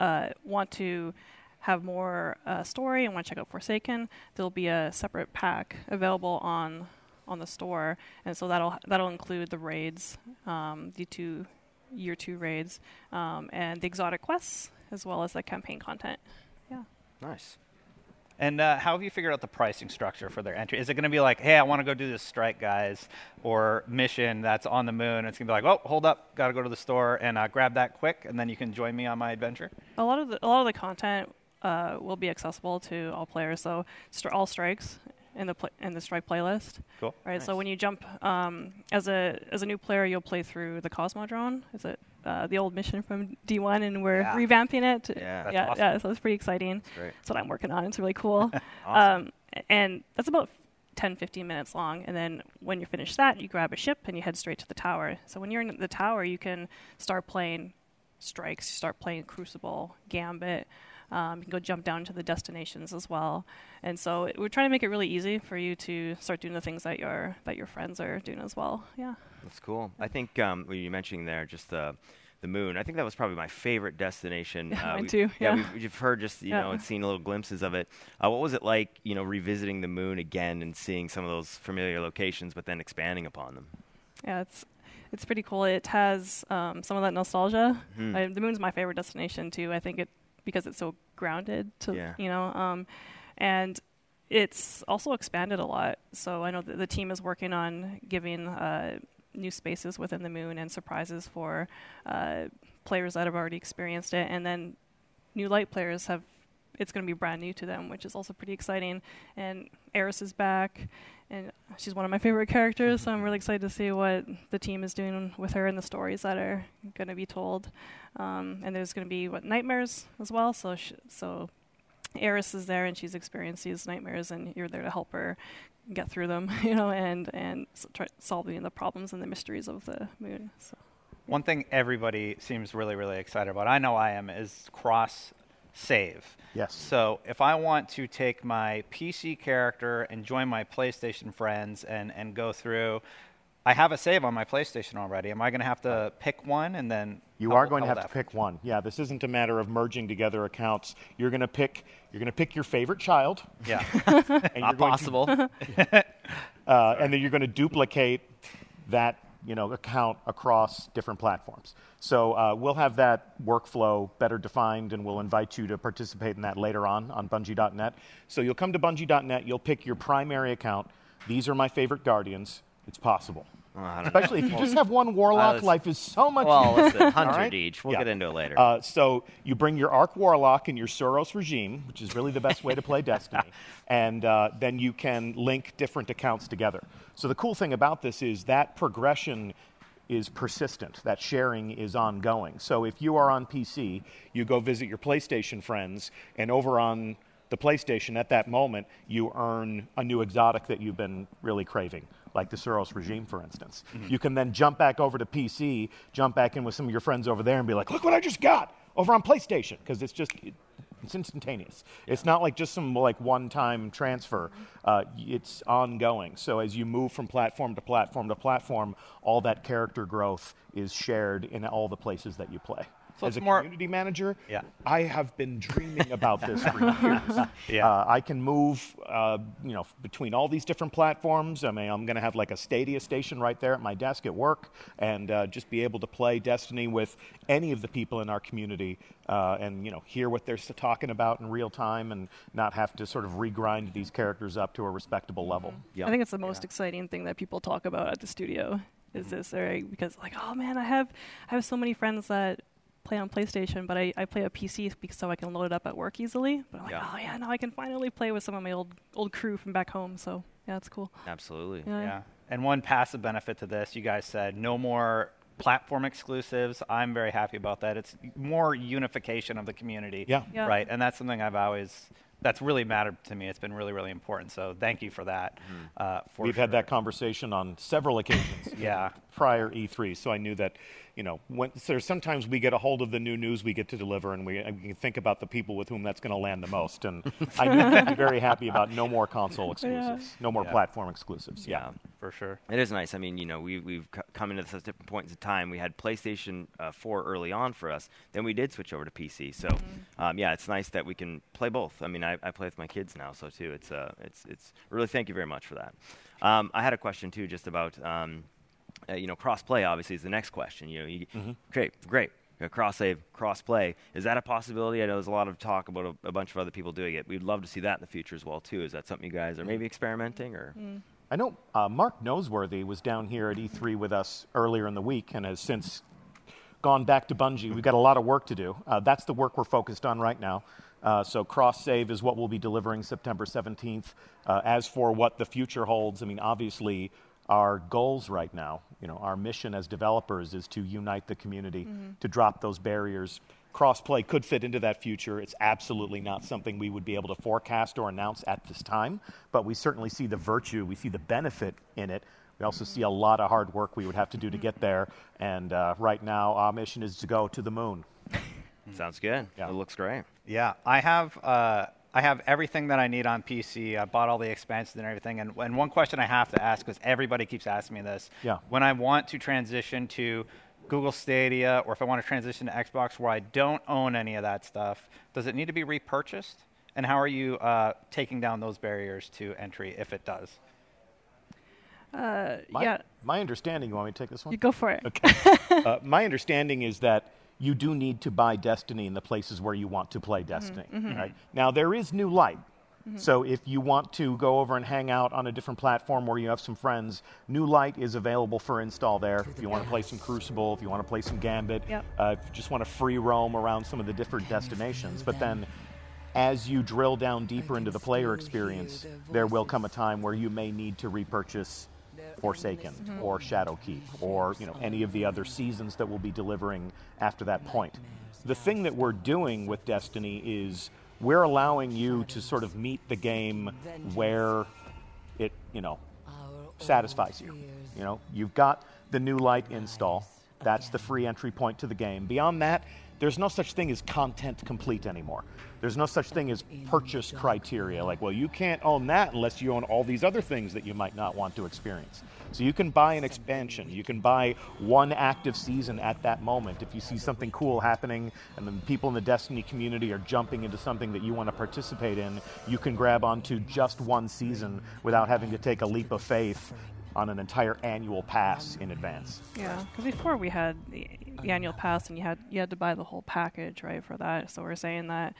H: uh, want to have more uh, story and want to check out Forsaken, there'll be a separate pack available on on the store, and so that'll that'll include the raids, um, the two year two raids, um, and the exotic quests, as well as the campaign content. Yeah.
D: Nice.
A: And uh, how have you figured out the pricing structure for their entry? Is it going to be like, hey, I want to go do this strike, guys, or mission that's on the moon? It's going to be like, oh, hold up, got to go to the store and uh, grab that quick, and then you can join me on my adventure.
H: A lot of the, a lot of the content uh, will be accessible to all players, so stri- all strikes in the pl- in the strike playlist.
A: Cool.
H: Right. So when you jump um, as a as a new player, you'll play through the Cosmodrome. Is it uh, the old mission from D1, and we're
A: Yeah.
H: revamping it?
D: Yeah. That's
H: yeah,
A: awesome.
H: yeah. So it's pretty exciting.
D: great.
H: That's what I'm working on. It's really cool.
D: Awesome.
H: um, a- and that's about 10, 15 minutes long. And then when you finish that, you grab a ship and you head straight to the tower. So when you're in the tower, you can start playing strikes, you start playing Crucible, Gambit. Um, you can go jump down to the destinations as well. And so it- we're trying to make it really easy for you to start doing the things that your that your friends are doing as well. Yeah.
D: That's cool. I think um, what you mentioning there, just the the moon. I think that was probably my favorite destination. Uh,
H: Yeah, mine
D: we-
H: too, yeah.
D: we've, we've heard just you know
H: Yeah.
D: and seen little glimpses of it. Uh, what was it like, you know, revisiting the moon again and seeing some of those familiar locations, but then expanding upon them?
H: Yeah, it's it's pretty cool. It has um, some of that nostalgia. I, the moon's my favorite destination too. I think it because it's so grounded to
D: Yeah.
H: you know, um, and it's also expanded a lot. So I know that the team is working on giving uh, new spaces within the moon and surprises for uh, players that have already experienced it, and then new light players have. It's going to be brand new to them, which is also pretty exciting. And Eris is back, and she's one of my favorite characters, so I'm really excited to see what the team is doing with her and the stories that are going to be told. Um, and there's going to be what nightmares as well. So sh- so Eris is there, and she's experienced these nightmares, and you're there to help her get through them, you know, and and s- try solving the problems and the mysteries of the moon. So.
A: One thing everybody seems really, really excited about, I know I am, is cross save.
I: Yes.
A: So if I want to take my PC character and join my PlayStation friends and, and go through, I have a save on my PlayStation already. Am I going to have to pick one and then.
I: You
A: how
I: are
A: will-
I: going to
A: how
I: have
A: will
I: to
A: that-
I: pick one. Yeah, this isn't a matter of merging together accounts. You're going to pick. You're going to pick your favorite child,
A: Yeah.
I: and you're going to,
D: Possible.
I: uh, and then you're going to duplicate that you know account across different platforms. So uh, we'll have that workflow better defined, and we'll invite you to participate in that later on on Bungie.net. So you'll come to Bungie.net. You'll pick your primary account. These are my favorite guardians. It's possible.
D: I don't know.
I: Especially if you just have one warlock,
D: that's-
I: life is so much
D: well, listen,
I: All
D: hundred
I: right?
D: each. We'll
I: Yeah.
D: get into it later.
I: Uh, so you bring your Arc Warlock and your Soros regime, which is really the best way to play Destiny, and uh, then you can link different accounts together. So the cool thing about this is that progression is persistent. That sharing is ongoing. So if you are on PC, you go visit your PlayStation friends, and over on the PlayStation at that moment, you earn a new exotic that you've been really craving, like the Soros regime, for instance.
A: Mm-hmm.
I: You can then jump back over to PC, jump back in with some of your friends over there, and be like, look what I just got over on PlayStation, because it's just. it- it's instantaneous. It's not like just some like one-time transfer.
A: Mm-hmm.
I: Uh, y- it's ongoing. So as you move from platform to platform to platform, all that character growth is shared in all the places that you play.
A: So
I: as
A: it's
I: a
A: more-
I: community manager,
A: Yeah.
I: I have been dreaming about this for years.
A: Yeah.
I: Uh, I can move, uh, you know, between all these different platforms. I mean, I'm going to have like a Stadia station right there at my desk at work, and uh, just be able to play Destiny with any of the people in our community, uh, and you know, hear what they're s- talking about in real time, and not have to sort of regrind these characters up to a respectable level.
D: Yeah.
H: I think it's the most exciting thing that people talk about at the studio is this, right? Because like, oh man, I have I have so many friends that play on PlayStation, but I, I play a PC because so I can load it up at work easily. But I'm like,
D: Yeah.
H: oh yeah, now I can finally play with some of my old old crew from back home. So yeah, it's cool.
D: Absolutely.
H: Yeah.
A: Yeah. And one passive benefit to this, you guys said no more platform exclusives. I'm very happy about that. It's more unification of the community.
I: Yeah.
H: Yeah.
A: Right. And that's something I've always that's really mattered to me. It's been really, really important. So thank you for that. Uh, for
I: Mm-hmm. We've had that conversation on several occasions.
A: Yeah.
I: prior E3, so I knew that, you know, when, so sometimes we get a hold of the new news we get to deliver, and we, and we can think about the people with whom that's going to land the most. And I knew that I'm very happy about no more console exclusives, no more platform exclusives. Yeah.
A: for sure.
D: It is nice. I mean, you know, we, we've c- come into such different points in time. We had PlayStation uh, 4 early on for us. Then we did switch over to PC. So, um, yeah, it's nice that we can play both. I mean, I, I play with my kids now, so too. It's, uh, it's, it's really thank you very much for that. Um, I had a question too, just about, um, uh, you know, cross-play obviously is the next question. You know, you, great, great. Uh, Cross save, cross play. Is that a possibility? I know there's a lot of talk about a, a bunch of other people doing it. We'd love to see that in the future as well, too. Is that something you guys are maybe experimenting or?
I: I know uh, Mark Noseworthy was down here at E3 with us earlier in the week and has since gone back to Bungie. We've got a lot of work to do. Uh, that's the work we're focused on right now. Uh, so cross save is what we'll be delivering September 17th. Uh, as for what the future holds, I mean, obviously our goals right now, you know, our mission as developers is to unite the community, to drop those barriers. Crossplay could fit into that future. It's absolutely not something we would be able to forecast or announce at this time, but we certainly see the virtue, we see the benefit in it. We also see a lot of hard work we would have to do to get there. And uh, right now, our mission is to go to the moon.
D: Sounds good.
I: Yeah.
D: It looks great.
A: Yeah, I have uh, I have everything that I need on PC. I bought all the expansions and everything. And, and one question I have to ask because everybody keeps asking me this.
I: Yeah.
A: When I want to transition to Google Stadia or if I want to transition to Xbox where I don't own any of that stuff, does it need to be repurchased? And how are you uh, taking down those barriers to entry if it does?
I: My,
H: yeah,
I: my understanding, you want me to take this one?
H: you go for it.
I: uh, my understanding is that you do need to buy Destiny in the places where you want to play Destiny. Right? Now, there is new light. So, if you want to go over and hang out on a different platform where you have some friends, New Light is available for install there. If you want to play some Crucible, if you want to play some Gambit,
H: Yep.
I: uh, if you just want to free roam around some of the different destinations. But then, as you drill down deeper into the player experience, there will come a time where you may need to repurchase Forsaken or Shadowkeep or you know any of the other seasons that we'll be delivering after that point. The thing that we're doing with Destiny is we're allowing you to sort of meet the game where it you know satisfies you. You know, you've got the new light install. That's the free entry point to the game. Beyond that, there's no such thing as content complete anymore. There's no such thing as purchase criteria. Like, well, you can't own that unless you own all these other things that you might not want to experience. So you can buy an expansion. You can buy one active season at that moment. If you see something cool happening and the people in the Destiny community are jumping into something that you want to participate in, you can grab onto just one season without having to take a leap of faith on an entire annual pass in advance.
H: Yeah, because before we had the, the annual pass, and you had you had to buy the whole package right for that. So we're saying that,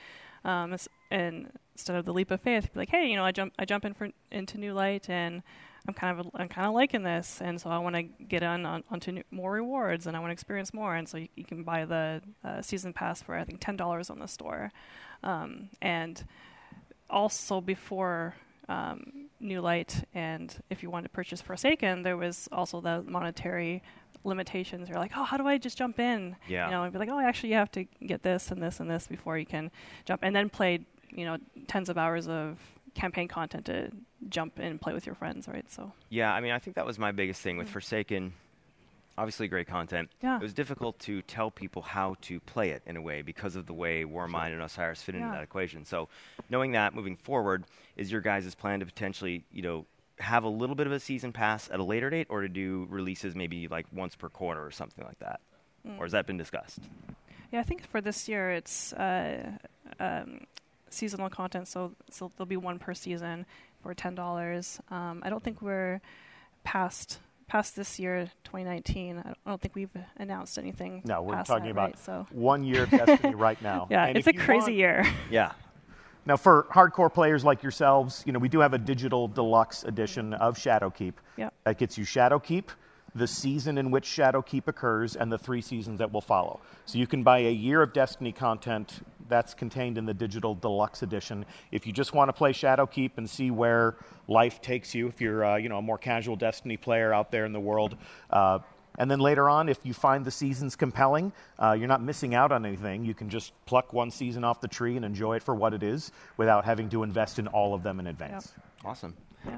H: um, it's- and instead of the leap of faith, be like, hey, you know, I jump I jump in for, into New Light, and I'm kind of I'm kind of liking this, and so I want to get on, on onto new, more rewards, and I want to experience more, and so you, you can buy the uh, season pass for I think ten dollars on the store, um, and also before um, New Light, and if you wanted to purchase Forsaken, there was also the monetary limitations. You're like, oh, how do I just jump in?
D: Yeah.
H: You know, and be like, oh, actually, you have to get this and this and this before you can jump, and then play, you know, tens of hours of campaign content to jump in and play with your friends, right? So
D: Yeah, I mean, I think that was my biggest thing with Forsaken. Obviously, great content.
H: Mm. Yeah.
D: It was difficult to tell people how to play it in a way because of the way Warmind and Osiris fit into
H: Yeah.
D: that equation. So, knowing that moving forward, is your guys' plan to potentially, you know, have a little bit of a season pass at a later date or to do releases maybe like once per quarter or something like that?
H: Mm.
D: Or has that been discussed?
H: yeah, I think for this year it's uh, um, seasonal content, so so there'll be one per season for ten dollars. Um, I don't think we're past past this year, 2019. I don't- I don't think we've announced anything.
I: No, we're
H: past
I: talking
H: that,
I: about
H: right? so.
I: one year of Destiny right now.
H: Yeah,
I: And
H: it's a
I: if you
H: crazy
I: want-
H: year.
D: Yeah.
I: Now, for hardcore players like yourselves, you know, we do have a digital deluxe edition of Shadowkeep.
H: Yep.
I: That gets you Shadowkeep, the season in which Shadowkeep occurs, and the three seasons that will follow. So you can buy a year of Destiny content that's contained in the digital deluxe edition. If you just want to play Shadowkeep and see where life takes you, if you're, uh, you know, a more casual Destiny player out there in the world, uh, And then later on, if you find the seasons compelling, uh, you're not missing out on anything. You can just pluck one season off the tree and enjoy it for what it is without having to invest in all of them in advance.
D: Awesome.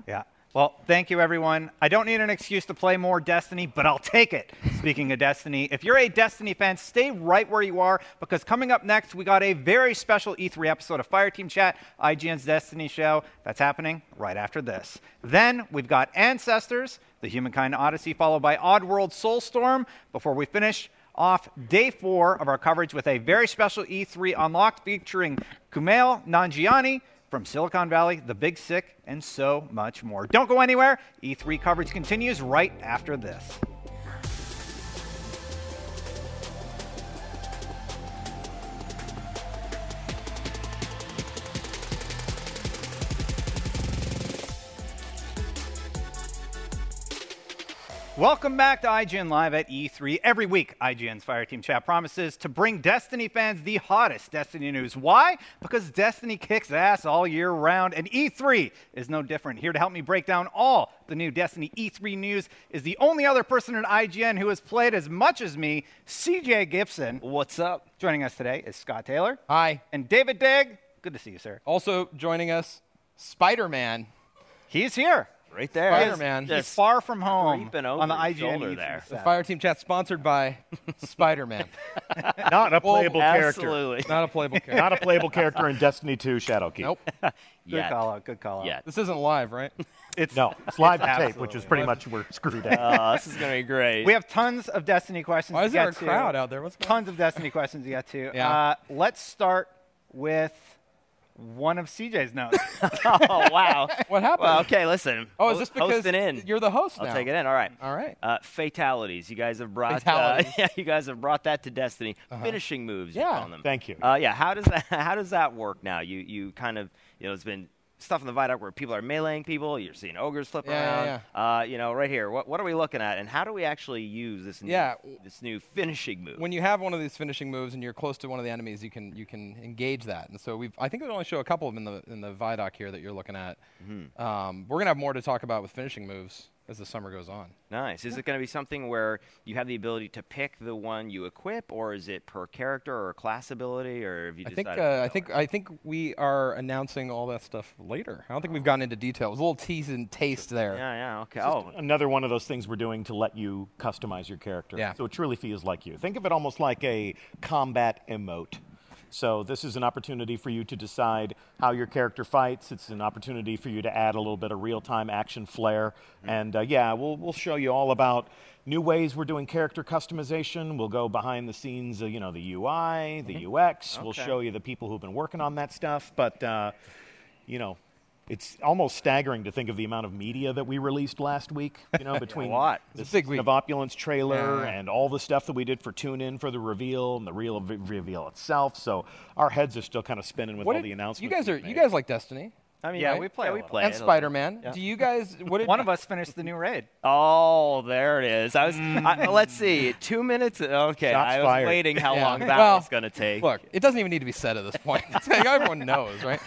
A: Yeah. Well, thank you, everyone. I don't need an excuse to play more Destiny, but I'll take it. Speaking of Destiny, if you're a Destiny fan, stay right where you are because coming up next, we got a very special E3 episode of Fireteam Chat, IGN's Destiny show. That's happening right after this. Then we've got Ancestors, the Humankind Odyssey, followed by Oddworld Soulstorm. Before we finish, off day four of our coverage with a very special E3 Unlocked featuring Kumail Nanjiani from Silicon Valley, The Big Sick, and so much more. Don't go anywhere. E3 coverage continues right after this. Welcome back to IGN Live at E3. Every week, IGN's Fireteam Chat promises to bring Destiny fans the hottest Destiny news. Why? Because Destiny kicks ass all year round, and E3 is no different. Here to help me break down all the new Destiny E3 news is the only other person at IGN who has played as much as me, CJ Gibson.
J: What's up?
A: Joining us today is Scott Taylor.
J: Hi.
A: And David Digg. Good to see you, sir.
J: Also joining us, Spider Man.
A: He's here.
J: Right there. Spider Man.
A: He's far from home
D: Creeping over
A: on the
D: your
A: IGN
D: shoulder
A: E3
D: there.
A: set.
J: Fire Team Chat sponsored by Spider Man.
I: Not a playable character.
D: Absolutely.
J: Not a playable character.
I: Not a playable character in Destiny 2 Shadowkeep.
J: nope.
A: Good
D: Yet.
A: call out. Good call out.
D: Yet.
J: This isn't live, right?
A: It's
I: No, it's live to tape, which is pretty much we're screwed at.
J: Uh,
D: Oh, this is going to be great.
A: We have tons of Destiny questions.
J: Why
A: to
J: is there
A: get
J: a crowd
A: to.
J: out there? What's going on?
A: Tons of Destiny questions to get to.
J: Yeah.
A: Uh, let's start with one of CJ's notes.
D: oh, wow.
J: What happened?
D: Well, okay, listen.
J: Oh, is this because
D: Host it in.
J: you're the host now?
D: I'll take it in. All right.
J: All right.
D: Uh, fatalities. You guys have brought. Uh,
J: Fatalities. Uh-huh.
D: yeah, you guys have brought that to Destiny. Finishing moves. You
J: Yeah,
D: call them.
I: thank you.
D: Uh, yeah. How does that? How does that work now? You you kind of you know it's been stuff in the Vidoc where people are meleeing people. You're seeing ogres flip
J: Yeah, yeah,
D: around. Uh, you know, right here. What what are we looking at? And how do we actually use this? New,
J: Yeah.
D: This new finishing move.
J: when you have one of these finishing moves and you're close to one of the enemies, you can you can engage that. And so we've I think we only show a couple of them in the in the Vidoc here that you're looking at. Um, we're gonna have more to talk about with finishing moves as the summer goes on.
D: Nice. Is it going to be something where you have the ability to pick the one you equip, or is it per character or class ability, or have you
J: I think
D: decided?
J: uh, I think I think we are announcing all that stuff later. I don't think we've gotten into detail. It was a little tease and taste there.
D: yeah, yeah. Okay. Oh,
I: Another one of those things we're doing to let you customize your character.
J: Yeah.
I: So it truly feels like you. Think of it almost like a combat emote. So this is an opportunity for you to decide how your character fights. It's an opportunity for you to add a little bit of real-time action flair.
J: Mm-hmm.
I: And uh, yeah, we'll we'll show you all about new ways we're doing character customization. We'll go behind the scenes, uh, you know, the UI,
J: Mm-hmm.
I: the UX. We'll show you the people who've been working on that stuff. But uh, you know, it's almost staggering to think of the amount of media that we released last week. You know, between
D: lot.
I: the
J: It's a big
I: Season
J: week.
I: of Opulence trailer
J: Yeah.
I: and all the stuff that we did for Tune In for the reveal and the real v- reveal itself. So our heads are still kind of spinning with
J: What
I: all
J: did-
I: the announcements.
J: You guys
I: we've
J: are you
I: made.
J: guys like Destiny
D: I mean,
A: Yeah,
D: right?
A: we play a
D: Yeah, we
A: little.
D: play
J: and
D: it a little.
J: Spider Man.
D: Yeah.
J: Do you guys what did,
A: one of us finished the new raid.
D: Oh, there it is. I was. I, let's see. Two minutes. Okay,
I: Shots
D: I was
I: fired.
D: waiting how
J: Yeah.
D: long that
J: Well,
D: was going to take.
J: Look, it doesn't even need to be said at this point. It's like everyone knows, right?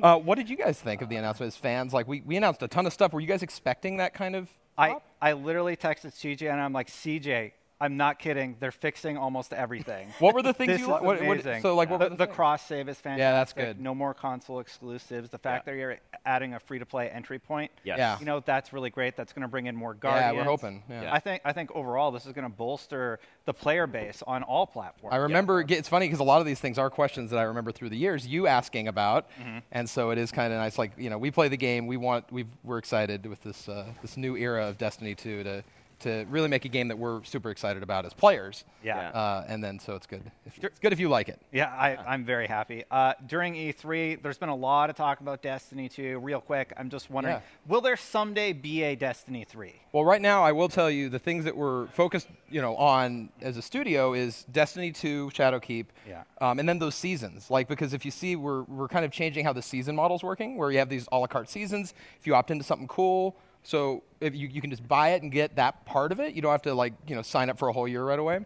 J: Uh, what did you guys think of the announcement as fans? Like, we, we announced a ton of stuff. Were you guys expecting that kind of?
A: I, I literally texted CJ and I'm like, CJ, I'm not kidding. They're fixing almost everything.
J: What were the things
A: This
J: you
A: is
J: liked? What- what-
A: amazing.
J: so, like, what
A: the,
J: were the
A: the
J: things?
A: cross save is fantastic.
J: that's good.
A: No more console exclusives. The fact that you're adding a free to play entry point.
D: Yes.
J: Yeah.
A: You know that's really great. That's going to bring in more
J: we're
A: guardians.
J: hoping, yeah. Yeah.
A: I think I think overall this is going to bolster the player base on all platforms.
J: I remember it get- it's funny because a lot of these things are questions that I remember through the years you asking about, and so it is kind of nice. Like you know, we play the game. We want we we're excited with this uh, this new era of Destiny 2 to to really make a game that we're super excited about as players.
A: Yeah.
J: Uh, and then so it's good. If, it's good if you like it.
A: Yeah, I, I'm very happy. Uh, during E3, there's been a lot of talk about Destiny 2. Real quick, I'm just wondering,
J: Yeah.
A: will there someday be a Destiny 3?
J: Well, right now, I will tell you the things that we're focused, you know, on as a studio is Destiny 2, Shadowkeep,
A: Yeah.
J: um, and then those seasons. Like, because if you see, we're, we're kind of changing how the season model's working, where you have these a la carte seasons. If you opt into something cool, so if you, you can just buy it and get that part of it. You don't have to, like, you know, sign up for a whole year right away.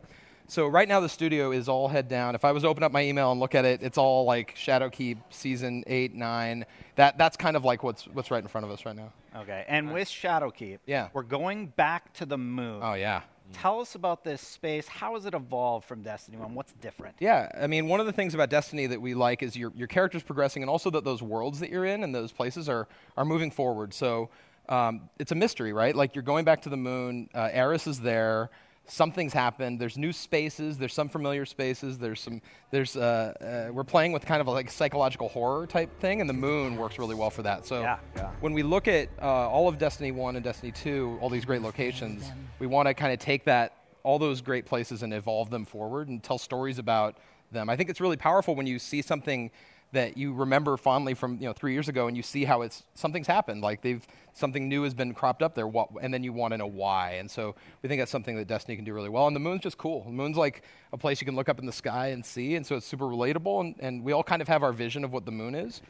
J: So right now, the studio is all head down. If I was to open up my email and look at it, it's all like Shadowkeep season 8, 9. That, that's kind of like what's, what's right in front of us right now.
A: Okay, and with Shadowkeep,
J: Yeah.
A: we're going back to the moon.
J: Oh, yeah.
A: Mm. Tell us about this space. How has it evolved from Destiny 1? What's different?
J: Yeah, I mean, one of the things about Destiny that we like is your, your character's progressing, and also that those worlds that you're in and those places are are moving forward. So um, it's a mystery, right? Like you're going back to the moon. Uh, Eris is there. Something's happened. There's new spaces. There's some familiar spaces. There's some. There's. Uh, uh, we're playing with kind of a, like psychological horror type thing, and the moon works really well for that. So
A: Yeah, yeah.
J: when we look at uh, all of Destiny 1 and Destiny 2, all these great locations, we want to kind of take that, all those great places, and evolve them forward and tell stories about them. I think it's really powerful when you see something that you remember fondly from you know three years ago and you see how it's something's happened like they've something new has been cropped up there what, and then you want to know why and so we think that's something that destiny can do really well and the moon's just cool the moon's like a place you can look up in the sky and see and so it's super relatable and, and we all kind of have our vision of what the moon is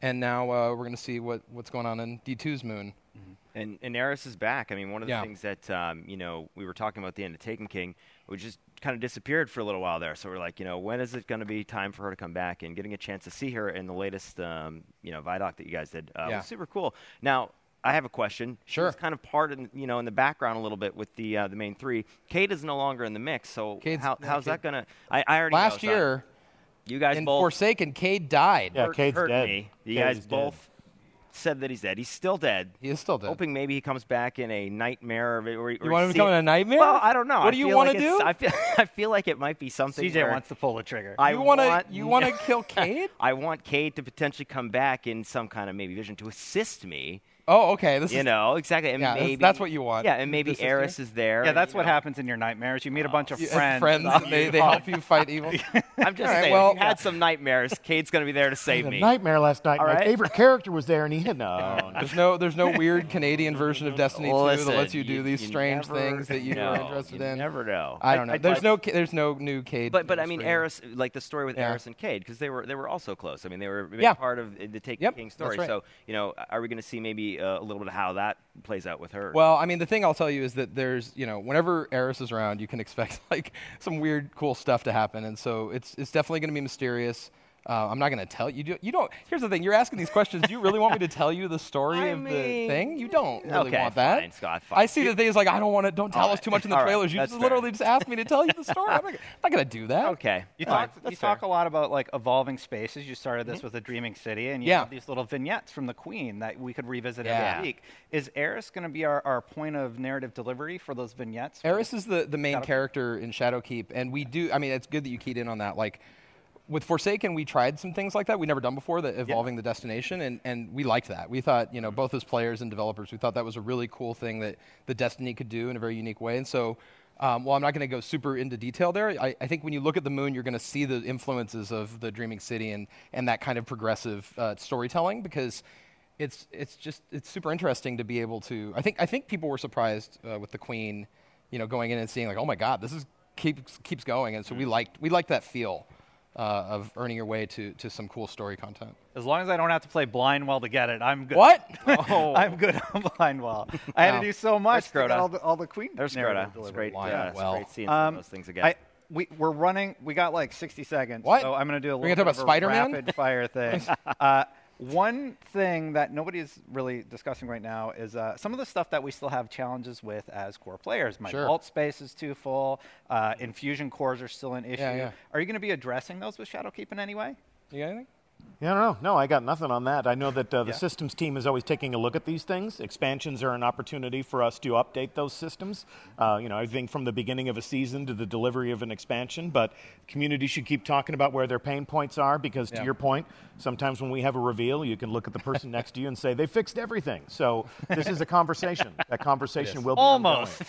J: and now uh, we're going to see what, what's going on in D2's moon.
D: And, and Eris is back. I mean, one of the
J: Yeah.
D: things that um, you know we were talking about at the end of Taken King, we just kind of disappeared for a little while there. So we're like, you know, when is it going to be time for her to come back? And getting a chance to see her in the latest, um, you know, Vidoc that you guys did uh,
J: Yeah.
D: was super cool. Now. I have a question.
J: Sure.
D: She's kind of part in, you know, in the background a little bit with the uh, the main three. Kate is no longer in the mix, so
J: Kate's-
D: how,
J: yeah,
D: how's that
J: Kate-
D: gonna? I, I already know,
J: Last
D: so
J: year,
D: you guys
J: in
D: both
J: Forsaken, Cade died.
I: Yeah,
D: hurt,
I: Cade's
D: hurt
I: dead.
D: me. You
I: Cade
D: guys
I: is dead.
D: both said that he's dead. He's still dead.
J: He is still dead.
D: Hoping maybe he comes back in a nightmare. Or, or
J: You want him to
D: see
J: come
D: it-
J: in a nightmare?
D: Well, I don't know.
J: What
D: I
J: do you
D: feel
J: wanna
D: like it's-
J: do?
D: I feel, I feel like it might be something.
A: CJ
D: where
A: wants to pull the trigger.
D: I
J: you wanna-
D: want
J: you want to kill Cade?
D: I want Cade to potentially come back in some kind of maybe vision to assist me.
J: Oh, okay. This
D: You
J: is
D: know exactly. And
J: Yeah, that's-
D: maybe
J: that's what you want.
D: Yeah, and maybe
J: Assist
D: Eris is there.
A: yeah,
D: and,
A: that's
D: you
A: what
D: know.
A: happens in your nightmares. You meet a bunch of
J: Oh. you-
A: friends.
J: and friends. and they, they help you fight evil.
D: I'm just
J: All right,
D: saying.
J: well-
D: if you had some nightmares. Cade's going to be there to
I: I
D: save
I: had a
D: me.
I: nightmare last night. My
D: right.
I: favorite character was there, and he had no.
J: There's no, there's no weird Canadian version of Destiny 2
D: Listen,
J: that lets you do these
D: you
J: strange
D: never
J: things that you
D: know.
J: were interested
D: You
J: in.
D: never know.
J: I don't know.
D: I-
J: there's
D: but-
J: no, Ca- there's no new Cade.
D: But but I
J: in
D: mean,
J: Spring.
D: Eris, like the story with
J: Yeah.
D: Eris and Cade, because they were they were also close. I mean, they were a big
J: Yeah.
D: part of the Take
J: Yep,
D: King
J: that's
D: story.
J: right.
D: So you know, are we going to see maybe uh, a little bit of how that plays out with her?
J: Well, I mean, the thing I'll tell you is that there's, you know, whenever Eris is around, you can expect like some weird, cool stuff to happen, and so it's it's definitely going to be mysterious. Uh, I'm not going to tell you. Do, you don't. Here's the thing. You're asking these questions. Do you really want me to tell you the story
D: I
J: of the
D: mean,
J: thing? You don't really
D: okay,
J: want that.
D: fine, Scott,
J: I
D: fine.
J: see the thing is like I don't want to. Don't tell us too much in the
D: All right,
J: trailers. You
D: that's
J: just
D: fair.
J: literally just asked me to tell you the story. I'm not, going to do that.
D: okay.
A: You
D: All right.
A: talk, you talk a lot about like evolving spaces. You started this with a dreaming city, and you
J: Mm-hmm. Yeah.
A: have these little vignettes from the Queen that we could revisit
J: Yeah.
A: every week. Is Eris going to be our, our point of narrative delivery for those vignettes?
J: Eris is the, the main character in Shadowkeep, and we do. I mean, it's good that you keyed in on that. Like with Forsaken, we tried some things like that we'd never done before, the evolving the destination, and, and we liked that. We thought, you know, both as players and developers, we thought that was a really cool thing that the Destiny could do in a very unique way. And so, um, while I'm not going to go super into detail there, I, I think when you look at the moon, you're going to see the influences of the Dreaming City and and that kind of progressive uh, storytelling because it's it's just it's super interesting to be able to. I think I think people were surprised uh, with the Queen, you know, going in and seeing like, oh my God, this is keeps keeps going, and so we liked we liked that feel uh, of earning your way to to some cool story content.
A: As long as I don't have to play blind well to get it, I'm good.
J: What? Oh.
A: I'm good on blind well. I had
J: Wow.
A: to do so much to
D: There's
A: get
D: Crota.
A: all the, all the Queen
D: There's
A: narrative
D: Greta. It's
A: delivery.
D: great.
J: Why
D: uh,
J: not?
D: it's
J: Well.
D: great seeing some of
A: Um,
D: those things again.
A: I, we, we're running. We got like 60 seconds.
J: What?
A: So I'm going to do a
J: We're
A: little
J: gonna talk
A: bit
J: about
A: of a
J: Spider-Man?
A: rapid fire thing. uh, one thing that nobody is really discussing right now is uh, some of the stuff that we still have challenges with as core players. My
J: Sure.
A: vault space is too full. Uh, infusion cores are still an issue.
J: yeah.
A: Are you going to be addressing those with Shadowkeep in any way?
J: You got anything?
I: Yeah, no, no, I got nothing on that. I know that uh, the
A: Yeah.
I: systems team is always taking a look at these things. Expansions are an opportunity for us to update those systems. Uh, you know, I think from the beginning of a season to the delivery of an expansion, but community should keep talking about where their pain points are because, to your point, sometimes when we have a reveal, you can look at the person next to you and say they fixed everything. So this is a conversation. that conversation will be
A: Almost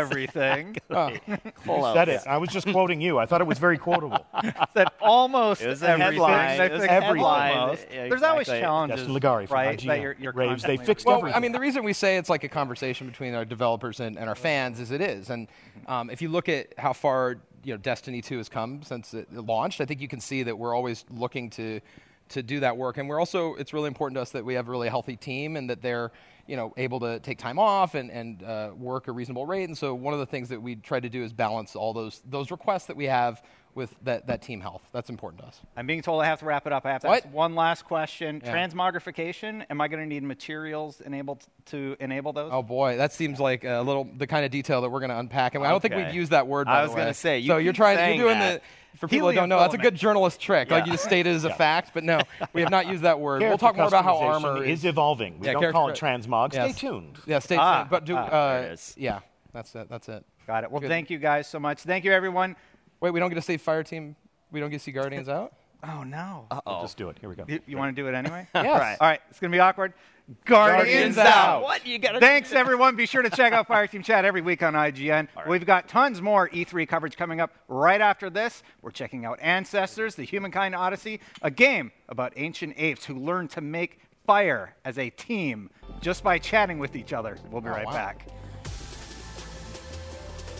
A: everything.
I: Ongoing. That is. I was just quoting you. I thought it was very quotable.
A: that almost
D: It was a
A: everything.
D: headline.
A: they
D: It was a
A: fixed
D: headline.
A: almost.
D: Yeah,
A: There's always
D: exactly.
A: challenges,
I: Justin Ligari from
A: right? That
I: IGN.
A: you're, you're
I: Raves, they
A: constantly-
I: fixed
J: Well,
I: everything.
J: I mean, the reason we say it's like a conversation between our developers and, and our fans is it is. And um, if you look at how far you know Destiny 2 has come since it it launched, I think you can see that we're always looking to to do that work. And we're also it's really important to us that we have a really healthy team and that they're you know able to take time off and and uh, work a reasonable rate. And so one of the things that we try to do is balance all those those requests that we have with that, that team health. That's important to us.
A: I'm being told I have to wrap it up. I have to
J: What?
A: ask one last question.
J: Yeah.
A: Transmogrification. Am I going to need materials enabled to enable those?
J: Oh boy, that seems like a little the kind of detail that we're going to unpack. And I don't think
D: Okay.
J: we've used that word. By
D: I was
J: going
D: gonna
J: to
D: say, you
J: so you're
D: keep
J: trying.
D: saying
J: You're doing
D: that.
J: the. For people that don't know, that's a good
A: Heliofilament.
J: journalist trick. Like you just state it as a fact, but no, we have not used that word. We'll talk more about how
I: Character
J: armor
I: customization is evolving. We
J: Yeah,
I: don't call it
J: character-
I: transmog. Stay
J: Yes.
I: tuned.
J: Yeah, stay
A: Ah,
J: tuned. But do
A: ah,
J: uh,
D: there it is.
J: yeah, that's it. That's it.
A: Got it. Well,
J: Good.
A: thank you guys so much. Thank you, everyone.
J: Wait, we don't get to see fire team. We don't get to see guardians out.
A: Oh no.
I: Just do it. Here we go.
A: You, want to do it anyway?
J: Yes.
A: All right. It's going to be awkward. Guardians,
J: Guardians
A: out.
J: out.
D: What? You gotta-
A: Thanks, everyone. Be sure to check out Fire Team Chat every week on IGN. We've got tons more E3 coverage coming up right after this. We're checking out Ancestors, The Humankind Odyssey, a game about ancient apes who learned to make fire as a team just by chatting with each other. We'll be right
J: Oh, wow.
A: back.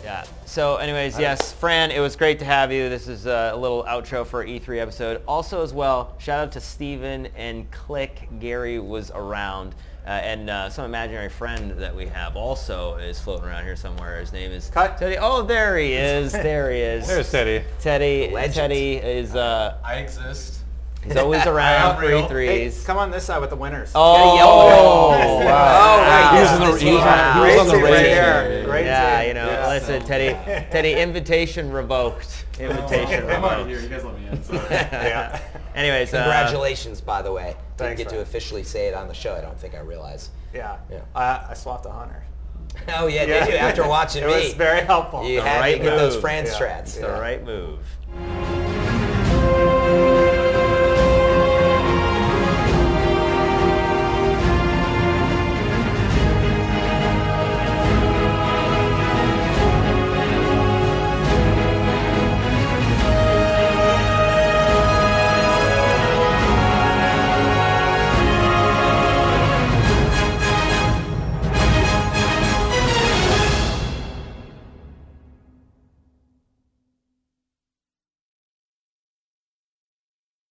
C: Yeah. So, anyways, yes, Fran, it was great to have you. This is uh, a little outro for E3 episode. Also, as well, shout out to Steven and Click. Gary was around, uh, and uh, some imaginary friend that we have also is floating around here somewhere. His name is
B: Cut.
C: Teddy. Oh, there he is. There he is.
K: There's Teddy.
C: Teddy.
L: Legend.
C: Teddy is uh,
M: I exist.
C: he's always around for
M: real.
B: Hey,
C: E3s.
B: come on this side with the winners.
C: oh,
B: Yeah.
C: wow.
B: Oh, right,
C: Wow.
B: He was on the-
K: he was on- he was on the
B: Great team right
K: radio.
B: there. Great
C: yeah,
B: team.
C: you know,
B: Yeah.
C: listen, Teddy, Teddy, invitation revoked. Invitation
N: I'm out
C: revoked.
N: of here. You guys let me in. Sorry.
B: Yeah.
C: Anyways, uh,
L: Congratulations, by the way. Didn't
B: Thanks,
L: get to
B: man.
L: officially say it on the show. I don't think I realized.
B: Yeah.
L: Yeah.
B: Uh, I swapped a hunter.
L: Oh yeah, did you? After watching
B: it
L: me,
B: was very helpful.
L: you
B: Yeah.
L: had
C: right
L: to get those
C: move.
L: friends
B: Yeah.
L: strats.
C: It's the right move.